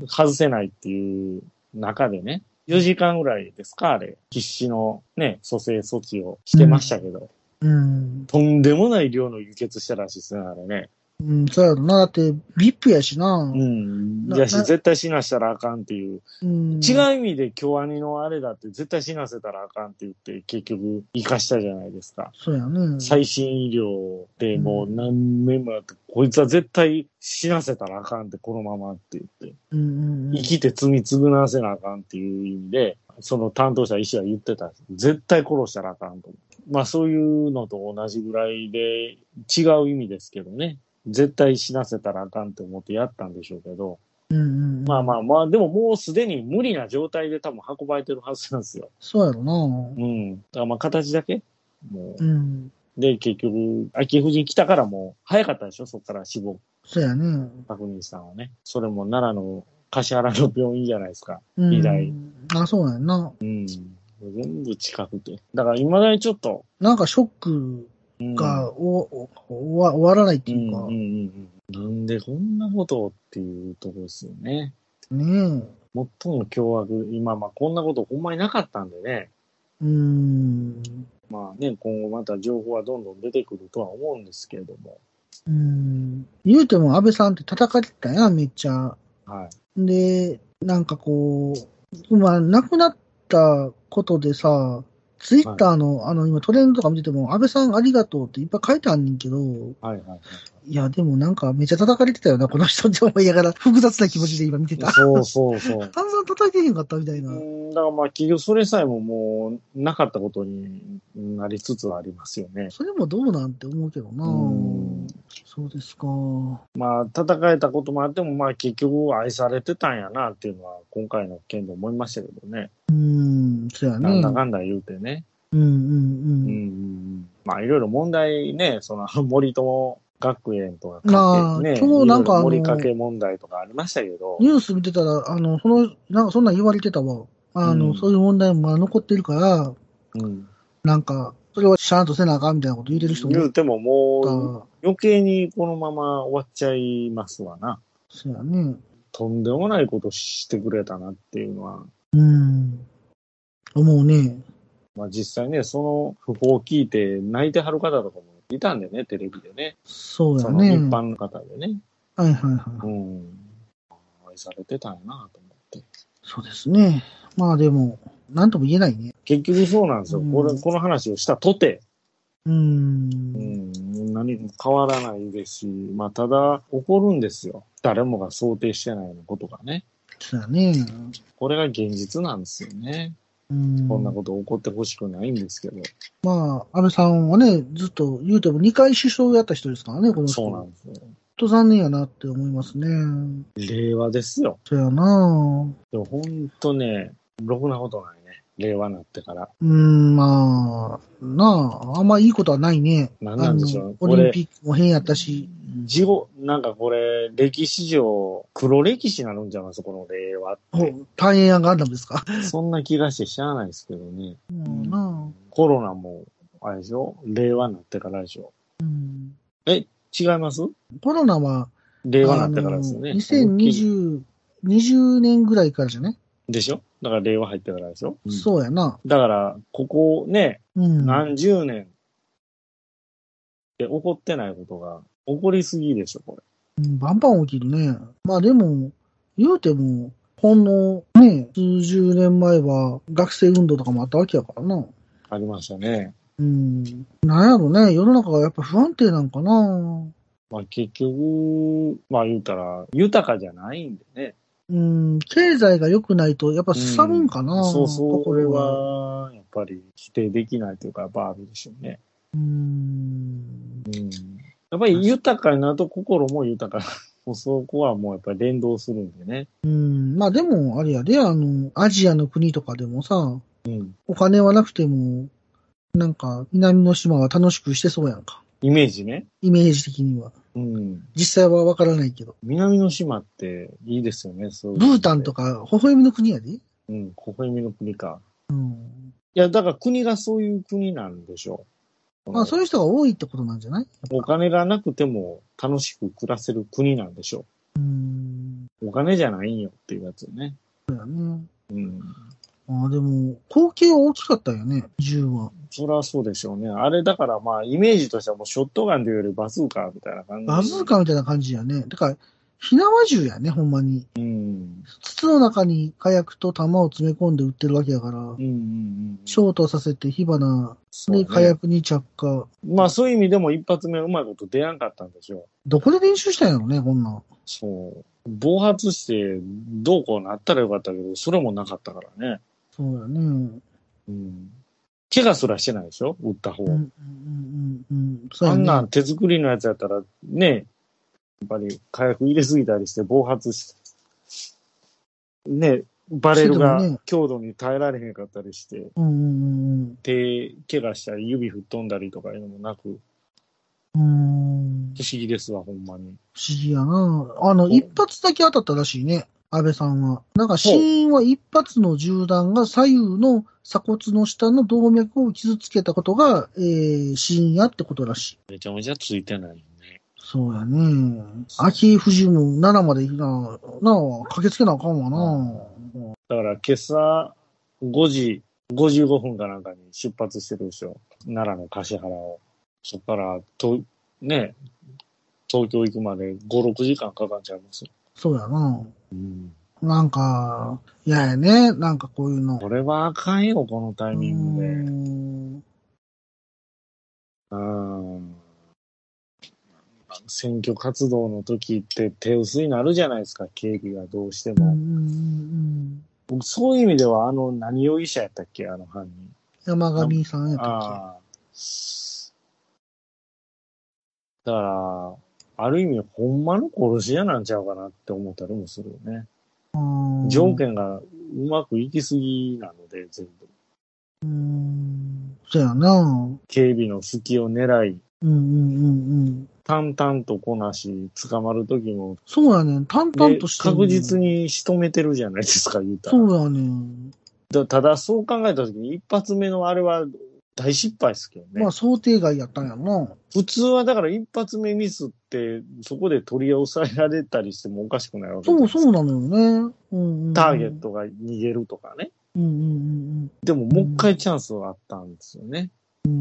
[SPEAKER 1] うん。
[SPEAKER 2] 外せないっていう中でね、4時間ぐらいですか、あれ。必死のね、蘇生措置をしてましたけど、
[SPEAKER 1] うん。
[SPEAKER 2] とんでもない量の輸血したらしいですね、あれね。
[SPEAKER 1] うん。そうやろな。だって、ビップやしな
[SPEAKER 2] う。ん。
[SPEAKER 1] な
[SPEAKER 2] やし、
[SPEAKER 1] な
[SPEAKER 2] 絶対死なしたらあかんっていう。
[SPEAKER 1] うん。
[SPEAKER 2] 違う意味で京アニのあれだって、絶対死なせたらあかんって言って、結局、生かしたじゃないですか。
[SPEAKER 1] そうやね。
[SPEAKER 2] 最新医療でもう
[SPEAKER 1] うん
[SPEAKER 2] 何年もやって、こいつは絶対死なせたらあかんって、このままって言って。
[SPEAKER 1] うんうんうん。
[SPEAKER 2] 生きて罪償わせなあかんっていう意味で、その担当者医師は言ってた。絶対殺したらあかんと思う。まあそういうのと同じぐらいで、違う意味ですけどね。絶対死なせたらあかんって思ってやったんでしょうけど。
[SPEAKER 1] うんうんうん。
[SPEAKER 2] まあまあまあ、でももうすでに無理な状態で多分運ばれてるはずなんですよ。
[SPEAKER 1] そうやろな。
[SPEAKER 2] うん。だからまあ形だけも
[SPEAKER 1] うん。
[SPEAKER 2] う。で、結局、秋夫人来たからもう早かったでしょそこから死亡
[SPEAKER 1] そうやね。
[SPEAKER 2] 確認したのはね。それも奈良の橿原の病院じゃないですか。
[SPEAKER 1] うん
[SPEAKER 2] 以来。
[SPEAKER 1] あ、そうやな。
[SPEAKER 2] うん。全部近くて。だから、未だにちょっと。
[SPEAKER 1] なんかショック
[SPEAKER 2] うん
[SPEAKER 1] がお、おお終わ終わらないって
[SPEAKER 2] う
[SPEAKER 1] い
[SPEAKER 2] ん
[SPEAKER 1] う
[SPEAKER 2] う
[SPEAKER 1] か
[SPEAKER 2] んう、んうん。なんでこんなことをっていうところですよね。
[SPEAKER 1] ねえ。
[SPEAKER 2] 最も凶悪、今、まあ、こんなことほんまになかったんでね。
[SPEAKER 1] うん。
[SPEAKER 2] まあね、今後また情報はどんどん出てくるとは思うんですけれども。
[SPEAKER 1] うん。言うても安倍さんって叩かれてたやん、めっちゃ。
[SPEAKER 2] はい。
[SPEAKER 1] で、なんかこう、まあ、亡くなったことでさ、ツイッターの、あの、今トレンドとか見てても、安倍さんありがとうっていっぱい書いてあんねんけど、
[SPEAKER 2] はいはいはい
[SPEAKER 1] や、でもなんかめっちゃ叩かれてたよな、この人って思いながら、複雑な気持ちで今見てた
[SPEAKER 2] い。。 [laughs] そうそうそう。
[SPEAKER 1] 散々叩いてへんかったみたいうな。
[SPEAKER 2] ん、だからまあ、企業それさえももう、なかったことになりつつありますよね。
[SPEAKER 1] それもどうなんて思うけどな
[SPEAKER 2] うん
[SPEAKER 1] そうですか。う
[SPEAKER 2] まあ、叩かれたこともあっても、まあ、結局愛されてたんやなっていうのは、今回の件で思いましたけどね。
[SPEAKER 1] ん、そうやね。
[SPEAKER 2] なんだかんだ言うてね。
[SPEAKER 1] うんうん
[SPEAKER 2] うん
[SPEAKER 1] う
[SPEAKER 2] うん
[SPEAKER 1] ん。
[SPEAKER 2] うん。まあいろいろ問題ね、その森友学園とか関係、
[SPEAKER 1] まあ
[SPEAKER 2] ね、
[SPEAKER 1] 今日なんかあの
[SPEAKER 2] いろいろ森かけ問題とかありましたけど、
[SPEAKER 1] ニュース見てたら、あの、その、なんかそんなん言われてたわ。あの、
[SPEAKER 2] うん
[SPEAKER 1] そういう問題もまだ残ってるから、
[SPEAKER 2] うん、
[SPEAKER 1] なんか、それはちゃんとせなあかんみたいなこと言ってる人もい
[SPEAKER 2] 言
[SPEAKER 1] た。
[SPEAKER 2] うてももう余計にこのまま終わっちゃいますわな。
[SPEAKER 1] そうやね。
[SPEAKER 2] とんでもないことしてくれたなっていうのは、
[SPEAKER 1] うん。思うね。
[SPEAKER 2] まあ実際ね、その訃報を聞いて泣いてはる方とかもいたんでね、テレビでね。
[SPEAKER 1] そうや
[SPEAKER 2] その一
[SPEAKER 1] ね。
[SPEAKER 2] 般の方でね。
[SPEAKER 1] はいはいはい。
[SPEAKER 2] うん。愛されてたんやなと思って。
[SPEAKER 1] そうですね。まあでも、なんとも言えないね。
[SPEAKER 2] 結局そうなんですよ。
[SPEAKER 1] うん
[SPEAKER 2] これ、この話をしたとて、
[SPEAKER 1] う。
[SPEAKER 2] うんん、何も変わらないですし、まあ、ただ、起こるんですよ。誰もが想定してないようなことがね。
[SPEAKER 1] そうやね。
[SPEAKER 2] これが現実なんですよね。
[SPEAKER 1] うん
[SPEAKER 2] こんなこと起こってほしくないんですけど、
[SPEAKER 1] まあ、安倍さんはね、ずっと言うても2回首相やった人ですからね、この人。
[SPEAKER 2] そうな
[SPEAKER 1] ちょ
[SPEAKER 2] んですよ。
[SPEAKER 1] っと残念やなって思いますね。
[SPEAKER 2] 令和ですよ。
[SPEAKER 1] そやな
[SPEAKER 2] でも本当ね、ろくなことないね。令和になってから。
[SPEAKER 1] うん、まあ、なあ、あんまいいことはないね。
[SPEAKER 2] なんなんでしょう
[SPEAKER 1] あの
[SPEAKER 2] こ
[SPEAKER 1] オ
[SPEAKER 2] れ
[SPEAKER 1] リンピックも変やったし。
[SPEAKER 2] 事後、なんかこれ、歴史上、黒歴史になるんじゃないですか、この令和って。
[SPEAKER 1] ほ大変やガンダムですか。
[SPEAKER 2] そんな気がしてしゃあないですけどね。
[SPEAKER 1] うん、な
[SPEAKER 2] コロナも、あれでしょ令和になってからでしょ
[SPEAKER 1] あ、うん。
[SPEAKER 2] 違います
[SPEAKER 1] コロナは、
[SPEAKER 2] 令和になってからですよね。
[SPEAKER 1] あの2020、20年ぐらいからじゃね、
[SPEAKER 2] でしょだから令和入ってからでしょ、
[SPEAKER 1] そうやな。
[SPEAKER 2] だから、ここね、
[SPEAKER 1] うん。
[SPEAKER 2] 何十年で起こってないことが起こりすぎでしょ、これ。
[SPEAKER 1] うんバンバン起きるね。まあでも、言うても、ほんのね、数十年前は学生運動とかもあったわけやからな。
[SPEAKER 2] ありましたね。
[SPEAKER 1] うん。なんやろね、世の中がやっぱ不安定なんかな。
[SPEAKER 2] まあ結局、まあ言うたら、豊かじゃないんでね。
[SPEAKER 1] うん、経済が良くないと、やっぱすさるんかな、
[SPEAKER 2] そうそう、これ
[SPEAKER 1] 心が。
[SPEAKER 2] は、やっぱり否定できないというか、やっぱあるでしょうね。
[SPEAKER 1] うん。
[SPEAKER 2] うん。やっぱり豊かになると [laughs] 心も豊か。もうそこはもうやっぱり連動するんでね。
[SPEAKER 1] うん。まあでも、あれやで、あの、アジアの国とかでもさ、
[SPEAKER 2] うん。
[SPEAKER 1] お金はなくても、なんか、南の島は楽しくしてそうやんか。
[SPEAKER 2] イメージね。
[SPEAKER 1] イメージ的には。
[SPEAKER 2] うん。
[SPEAKER 1] 実際はわからないけど。
[SPEAKER 2] 南の島っていいですよね、そういう
[SPEAKER 1] ブ
[SPEAKER 2] のって
[SPEAKER 1] ータンとか、微笑みの国やで。
[SPEAKER 2] うん、微笑みの国か。
[SPEAKER 1] うん。
[SPEAKER 2] いや、だから国がそういう国なんでしょう。
[SPEAKER 1] まあ、そう
[SPEAKER 2] れ
[SPEAKER 1] いう人が多いってことなんじゃない
[SPEAKER 2] お金がなくても楽しく暮らせる国なんでしょ
[SPEAKER 1] うん。
[SPEAKER 2] う。お金じゃないんよっていうやつよね。
[SPEAKER 1] そうやね。
[SPEAKER 2] うん。
[SPEAKER 1] ああ、でも、光景は大きかったよね、銃は。
[SPEAKER 2] そりゃそうでしょうね。あれだからまあ、イメージとしてはもうショットガンというよりバズーカみたいな感じ。
[SPEAKER 1] バズーカみたいな感じやね。だから、火縄銃やね、ほんまに。
[SPEAKER 2] うん。
[SPEAKER 1] 筒の中に火薬と弾を詰め込んで売ってるわけやから
[SPEAKER 2] うんう、んうん。
[SPEAKER 1] ショートさせて火花、
[SPEAKER 2] そうね
[SPEAKER 1] で、火薬に着火。
[SPEAKER 2] まあそういう意味でも一発目うまいこと出やんかったんでしょ
[SPEAKER 1] どこで練習したんやろね、こんなん。
[SPEAKER 2] う。そう。暴発してどうこうなったらよかったけど、それもなかったからね。
[SPEAKER 1] そうやね。うん、
[SPEAKER 2] うん。怪我すらしてないでしょ打った方。
[SPEAKER 1] うん、うん、うん。そう
[SPEAKER 2] あ
[SPEAKER 1] や
[SPEAKER 2] ん
[SPEAKER 1] ね
[SPEAKER 2] なん。手作りのやつやったら、ね、やっぱり火薬入れすぎたりして暴発して、ね、バレル
[SPEAKER 1] そうだね
[SPEAKER 2] が強度に耐えられへんかったりして、
[SPEAKER 1] うん、うん、
[SPEAKER 2] 手、怪我したり指吹っ飛んだりとかいうのもなく、
[SPEAKER 1] う
[SPEAKER 2] 不
[SPEAKER 1] ん。うん。
[SPEAKER 2] 思議ですわ、ほんまに。
[SPEAKER 1] 不思議やな。あの、
[SPEAKER 2] ん
[SPEAKER 1] 一発だけ当たったらしいね。安倍さんは。なんか死因は一発の銃弾が左右の鎖骨の下の動脈を傷つけたことが、えー、死因やってことらしい。
[SPEAKER 2] めちゃめちゃついてないよね。
[SPEAKER 1] そうやね。秋富士も7まで行くな、なあ、駆けつけなあかんわな。
[SPEAKER 2] だから今朝5時55分かなんかに出発してるでしょ。奈良の橿原を。そっから、と、ね、東京行くまで5、6時間かかっちゃいますよ。
[SPEAKER 1] そうやな。
[SPEAKER 2] うん。
[SPEAKER 1] なんか、嫌やね。なんかこういうの。
[SPEAKER 2] これはあかんよ、このタイミングで。
[SPEAKER 1] うーん
[SPEAKER 2] うん。選挙活動の時って手薄になるじゃないですか、警備がどうして
[SPEAKER 1] うんうんう
[SPEAKER 2] も。
[SPEAKER 1] ん
[SPEAKER 2] 僕、そういう意味では、あの、何容疑者やったっけ、あの犯人。
[SPEAKER 1] 山上さんやったっ
[SPEAKER 2] ああ。だから、ある意味、ほんまの殺し屋なんちゃうかなって思ったりもするよね。
[SPEAKER 1] けうん
[SPEAKER 2] 条件がうまくいきすぎなので、全部。
[SPEAKER 1] うーん。そうやな。うん
[SPEAKER 2] 警備の隙を狙い、
[SPEAKER 1] うんうんうん。
[SPEAKER 2] 淡々とこなし、捕まる時も、
[SPEAKER 1] そうやねん。淡々
[SPEAKER 2] で
[SPEAKER 1] としてる
[SPEAKER 2] 確実
[SPEAKER 1] に。
[SPEAKER 2] に仕留めてるじゃないですか、言うたら
[SPEAKER 1] そうやねん。
[SPEAKER 2] だただ、そう考えた時に、一発目のあれは大失敗ですけどね。
[SPEAKER 1] まあ想定外やったんやな。
[SPEAKER 2] 普通はだから一発目ミスって、そこで取り押さえられたりしてもおかしくないわけじゃ
[SPEAKER 1] そ
[SPEAKER 2] ないうですか
[SPEAKER 1] そうなのよね。うんうん、
[SPEAKER 2] ターゲッ。トが逃げるとかね。
[SPEAKER 1] うんうん
[SPEAKER 2] でももう一回チャンスはあったんですよね。
[SPEAKER 1] うん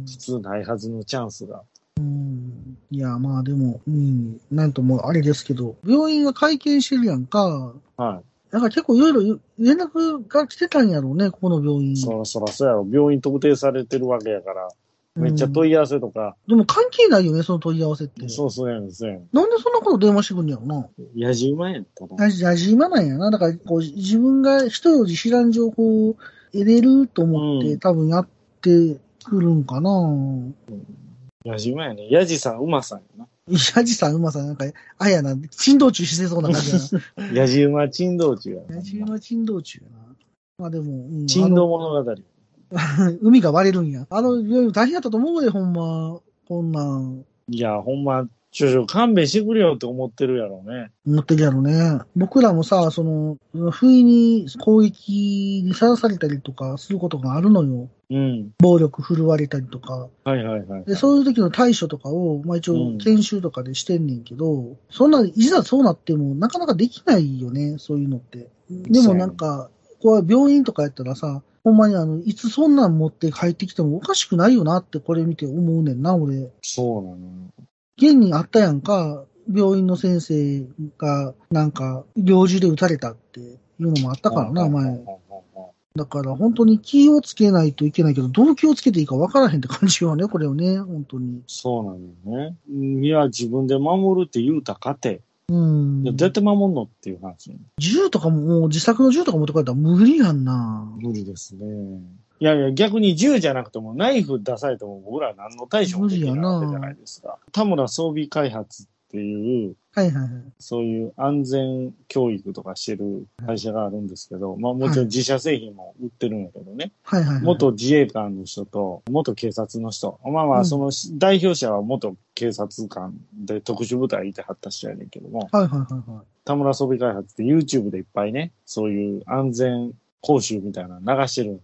[SPEAKER 1] うん。
[SPEAKER 2] 普通ないはずのチャンスが。
[SPEAKER 1] うん。いや、まあでも、うん、なんともあれですけど、病院が会見してるやんか。
[SPEAKER 2] は
[SPEAKER 1] なんか結構いろいろ連絡が来てたんやろうね、ここの病院
[SPEAKER 2] い。。そらそらそうやろ。病院特定されてるわけやから。めっちゃ
[SPEAKER 1] い、
[SPEAKER 2] 問い合わせとか。
[SPEAKER 1] でも関係ないよね、その問い合わせって。
[SPEAKER 2] そうそうやん、そうやん。
[SPEAKER 1] なんでそんなこと電話してくんねやろな。
[SPEAKER 2] 野じ馬やん、ただ。
[SPEAKER 1] 大事、大事今なんやな。だから、こう、自分が人より知らん情報を得れると思って、
[SPEAKER 2] うん
[SPEAKER 1] 多分やってくるんかな。
[SPEAKER 2] やじ馬やね。やじさん、馬さんや
[SPEAKER 1] 石橋さん、馬さん、なんか、あやな、珍道中してそうな感
[SPEAKER 2] [laughs]
[SPEAKER 1] じやな。
[SPEAKER 2] な。やじ馬珍道中やな
[SPEAKER 1] 矢。島は珍道中やな。まあでも、うん、
[SPEAKER 2] 珍道物語。
[SPEAKER 1] あの海が割れるんや。あの、いや大変やったと思うで、ほんま。こんなん、
[SPEAKER 2] いや、ほんま、ちょちょ、勘弁してくれよって思ってるやろうね。
[SPEAKER 1] 思ってるやろね。僕らもさ、その、不意に攻撃にさらされたりとかすることがあるのよ。
[SPEAKER 2] うん。
[SPEAKER 1] 暴力振るわれたりとか。
[SPEAKER 2] はいはいはい。
[SPEAKER 1] で、そういう時の対処とかを、まあ一
[SPEAKER 2] う
[SPEAKER 1] 応
[SPEAKER 2] ん
[SPEAKER 1] 研修とかでしてんねんけど、そんな、いざそうなってもなかなかできないよね、そういうのって。でもなんか、こう病院とかやったらさ、ほんまにあの、いつそんなん持って帰ってきてもおかしくないよなってこれ見て思うねんな、俺。
[SPEAKER 2] そうなのよ。
[SPEAKER 1] 現にあったやんか、病院の先生がなんか、猟銃で撃たれたっていうのもあったからな、前。だから本当に気をつけないといけないけど、どう気をつけていいか分からへんって感じよね、これをね、本当に。
[SPEAKER 2] そうなのよね。うんいや、自分で守るって言うたかて、
[SPEAKER 1] うん
[SPEAKER 2] いや。どうやって守んのっていう話。
[SPEAKER 1] 銃とかも、もう自作の銃とか持って帰ったら無理やんな。
[SPEAKER 2] 無理ですね。いやいや、逆に銃じゃなくてもナイフ出されても僕ら何の対処もできないわけじゃないですか。田村装備開発っていう、
[SPEAKER 1] はいはいはい。
[SPEAKER 2] そういう安全教育とかしてる会社があるんですけど、まあもちろん自社製品も売ってるんやけどね。
[SPEAKER 1] はいはいはい。
[SPEAKER 2] 元自衛官の人と、元警察の人。まあま
[SPEAKER 1] うん
[SPEAKER 2] あ、その代表者は元警察官で特殊部隊いてはった人やねんけども、
[SPEAKER 1] はいはいはいはい。
[SPEAKER 2] 田村装備開発って YouTube でいっぱいね、そういう安全講習みたいなの流してる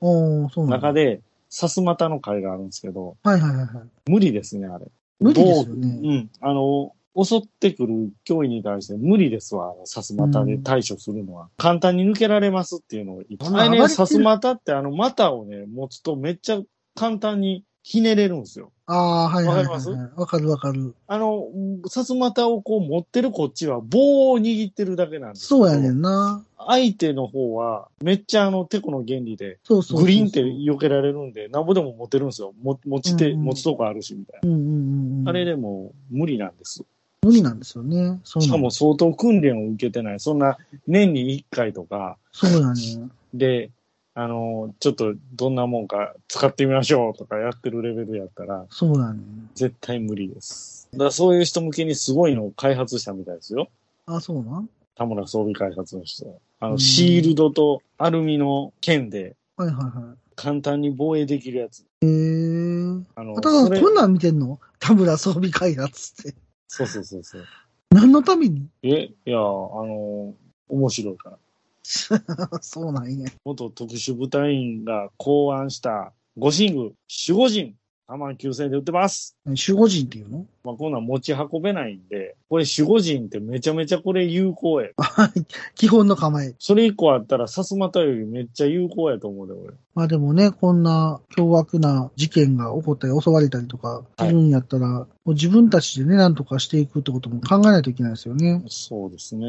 [SPEAKER 1] おー、そうなんだ
[SPEAKER 2] 中で、さすまたの会があるんですけど、
[SPEAKER 1] はいはいはいはい。
[SPEAKER 2] 無理ですね、あれ。
[SPEAKER 1] 無理ですよ
[SPEAKER 2] う
[SPEAKER 1] ね。
[SPEAKER 2] ん。あの、襲ってくる脅威に対して無理ですわ、さすまたで対処するのは。簡単に抜けられますっていうのを言って。
[SPEAKER 1] あんな
[SPEAKER 2] あれ
[SPEAKER 1] 暴れ
[SPEAKER 2] ね、
[SPEAKER 1] てる
[SPEAKER 2] さすまたってあの、股をね、持つとめっちゃ簡単にひねれるんですよ。
[SPEAKER 1] ああー、はいはいはい
[SPEAKER 2] わかり
[SPEAKER 1] はい。わかるわかる。
[SPEAKER 2] あの、さすまたをこう持ってるこっちは棒を握ってるだけなんですけど
[SPEAKER 1] そうやねんな。
[SPEAKER 2] 相手の方は、めっちゃあの、テコの原理で、
[SPEAKER 1] そうそうそうそう。
[SPEAKER 2] グリーンって避けられるんで、なんぼでも持てるんですよ。も持ち手、
[SPEAKER 1] うんうん
[SPEAKER 2] 持つとこあるし、みたいな。
[SPEAKER 1] うんうんうん。
[SPEAKER 2] あれでも無理なんです。
[SPEAKER 1] 無理なんですよね。そう
[SPEAKER 2] し
[SPEAKER 1] な
[SPEAKER 2] か
[SPEAKER 1] の
[SPEAKER 2] も相当訓練を受けてない。そんな年に1回とか
[SPEAKER 1] そうやね。
[SPEAKER 2] で、あの、ちょっとどんなもんか使ってみましょうとかやってるレベルやったら
[SPEAKER 1] そうやね。
[SPEAKER 2] 絶対無理です。だからそういう人向けにすごいのを開発したみたいですよ。
[SPEAKER 1] あ、そうなん
[SPEAKER 2] 田村装備開発の人。あ
[SPEAKER 1] うん
[SPEAKER 2] の、シールドとアルミの剣で
[SPEAKER 1] はいはいは
[SPEAKER 2] 簡単に防衛できるやつ。
[SPEAKER 1] い。へえ。
[SPEAKER 2] あの
[SPEAKER 1] あ、、た
[SPEAKER 2] そ
[SPEAKER 1] だ、
[SPEAKER 2] れ
[SPEAKER 1] こんなん見てんの田村装備開発って。
[SPEAKER 2] そうそうそうそう。
[SPEAKER 1] 何のために [laughs]
[SPEAKER 2] え、いや、あの、面白いから。
[SPEAKER 1] そうなんや。
[SPEAKER 2] 元特殊部隊員が考案した護身具、守護神、3万9000円で売ってます。
[SPEAKER 1] 守護人っていうの
[SPEAKER 2] まあ、こんなん持ち運べないんで、これ守護神ってめちゃめちゃこれ有効や。
[SPEAKER 1] 基本の構え。
[SPEAKER 2] それ以降あったら、さすまたよりめっちゃ有効やと思うで、俺。
[SPEAKER 1] まあでもね、こんな凶悪な事件が起こったり襲われたりとかするんやったら、もう自分たちでね、なんとかしていくってことも考えないといけないですよね。
[SPEAKER 2] そうですね。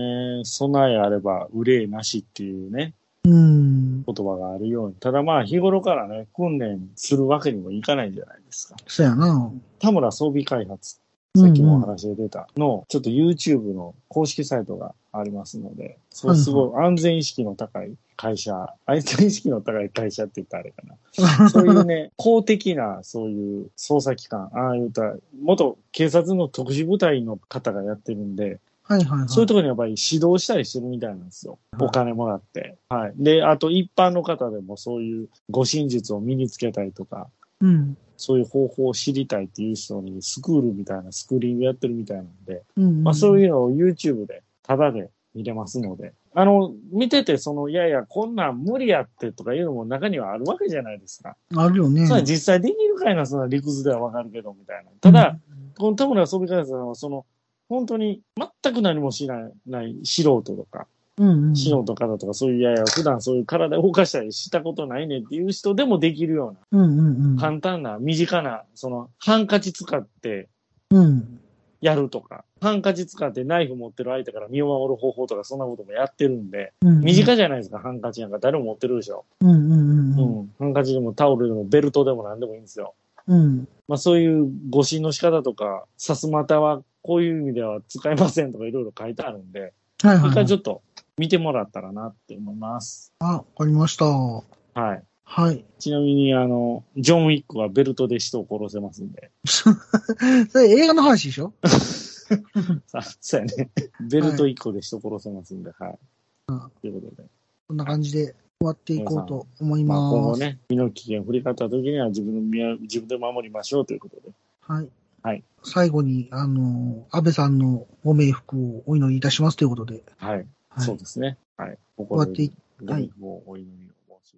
[SPEAKER 2] 備えあれば憂いなしっていうね、
[SPEAKER 1] うん。
[SPEAKER 2] 言葉があるように。ただまあ、日頃からね、訓練するわけにもいかないじゃないですか。
[SPEAKER 1] そうやな。
[SPEAKER 2] 田村装備開発。
[SPEAKER 1] うん
[SPEAKER 2] さ
[SPEAKER 1] うん
[SPEAKER 2] っきもお話で出たの、ちょっと YouTube の公式サイトがありますので、それすごい安全意識の高い会社、安全意識の高い会社って言ったらあれかな。そういう [laughs] ね、公的なそういう捜査機関、ああいうた、元警察の特殊部隊の方がやってるんで、
[SPEAKER 1] [laughs] はいはいはい。
[SPEAKER 2] そういうところにやっぱり指導したりしてるみたいなんですよ。お金もらって。はい。で、あと一般の方でもそういう護身術を身につけたりとか、
[SPEAKER 1] うん。
[SPEAKER 2] そういう方法を知りたいっていう人にスクールみたいなスクーリングやってるみたいなんで、
[SPEAKER 1] うん。
[SPEAKER 2] まあそう
[SPEAKER 1] う
[SPEAKER 2] いうのを YouTube で、タダで見れますので。あの、見てて、その、いやいや、こんなん無理やってとかいうのも中にはあるわけじゃないですか。
[SPEAKER 1] ん。あるよね。
[SPEAKER 2] それは実際できるかいな、そんな理屈ではわかるけど、みたいな。ただ、
[SPEAKER 1] うん、
[SPEAKER 2] この田村遊び方さんは、その、本当に全く何も知らない素人とか、
[SPEAKER 1] うんうん。
[SPEAKER 2] 素人方とか、そういう、いやいや、普段そういう体を動かしたりしたことないねんっていう人でもできるような。
[SPEAKER 1] うんうんうん。
[SPEAKER 2] 簡単な、身近な、その、ハンカチ使って
[SPEAKER 1] うん。
[SPEAKER 2] やるとか、ハンカチ使ってナイフ持ってる相手から身を守る方法とか、そんなこともやってるんで、
[SPEAKER 1] うん。
[SPEAKER 2] 身近じゃないですか、ハンカチなんか誰も持ってるでしょ。
[SPEAKER 1] うんうんうんうん。
[SPEAKER 2] うんハンカチでもタオルでもベルトでも何でもいいんですよ。
[SPEAKER 1] うん。
[SPEAKER 2] まあそういう護身の仕方とか、さすまたはこういう意味では使えませんとかいろいろ書いてあるんで、
[SPEAKER 1] はいはい
[SPEAKER 2] 一
[SPEAKER 1] は
[SPEAKER 2] 回
[SPEAKER 1] い
[SPEAKER 2] ち。ょっと見てもらったらなって思います。
[SPEAKER 1] あ、わかりました。は
[SPEAKER 2] はい。
[SPEAKER 1] はい。
[SPEAKER 2] ちなみに、あの、ジョン・ウィックはベルトで人を殺せますんで。
[SPEAKER 1] それ映画の話でしょ
[SPEAKER 2] あ、そうやね。ベルト1個で人殺せますんで、はい。ということで。
[SPEAKER 1] こんな感じで終わっていこうと思い
[SPEAKER 2] まあ、今
[SPEAKER 1] ま
[SPEAKER 2] 後
[SPEAKER 1] す。
[SPEAKER 2] ね、身の危険振りかった時には自分の身は、自分で守りましょうということで。
[SPEAKER 1] はい。
[SPEAKER 2] はい
[SPEAKER 1] 最後に、あの、安倍さんのご冥福をお祈りいたしますということで。
[SPEAKER 2] はい。
[SPEAKER 1] はい
[SPEAKER 2] そうですね。はい。終
[SPEAKER 1] 終わってい
[SPEAKER 2] ご冥福をお祈りを申し上げます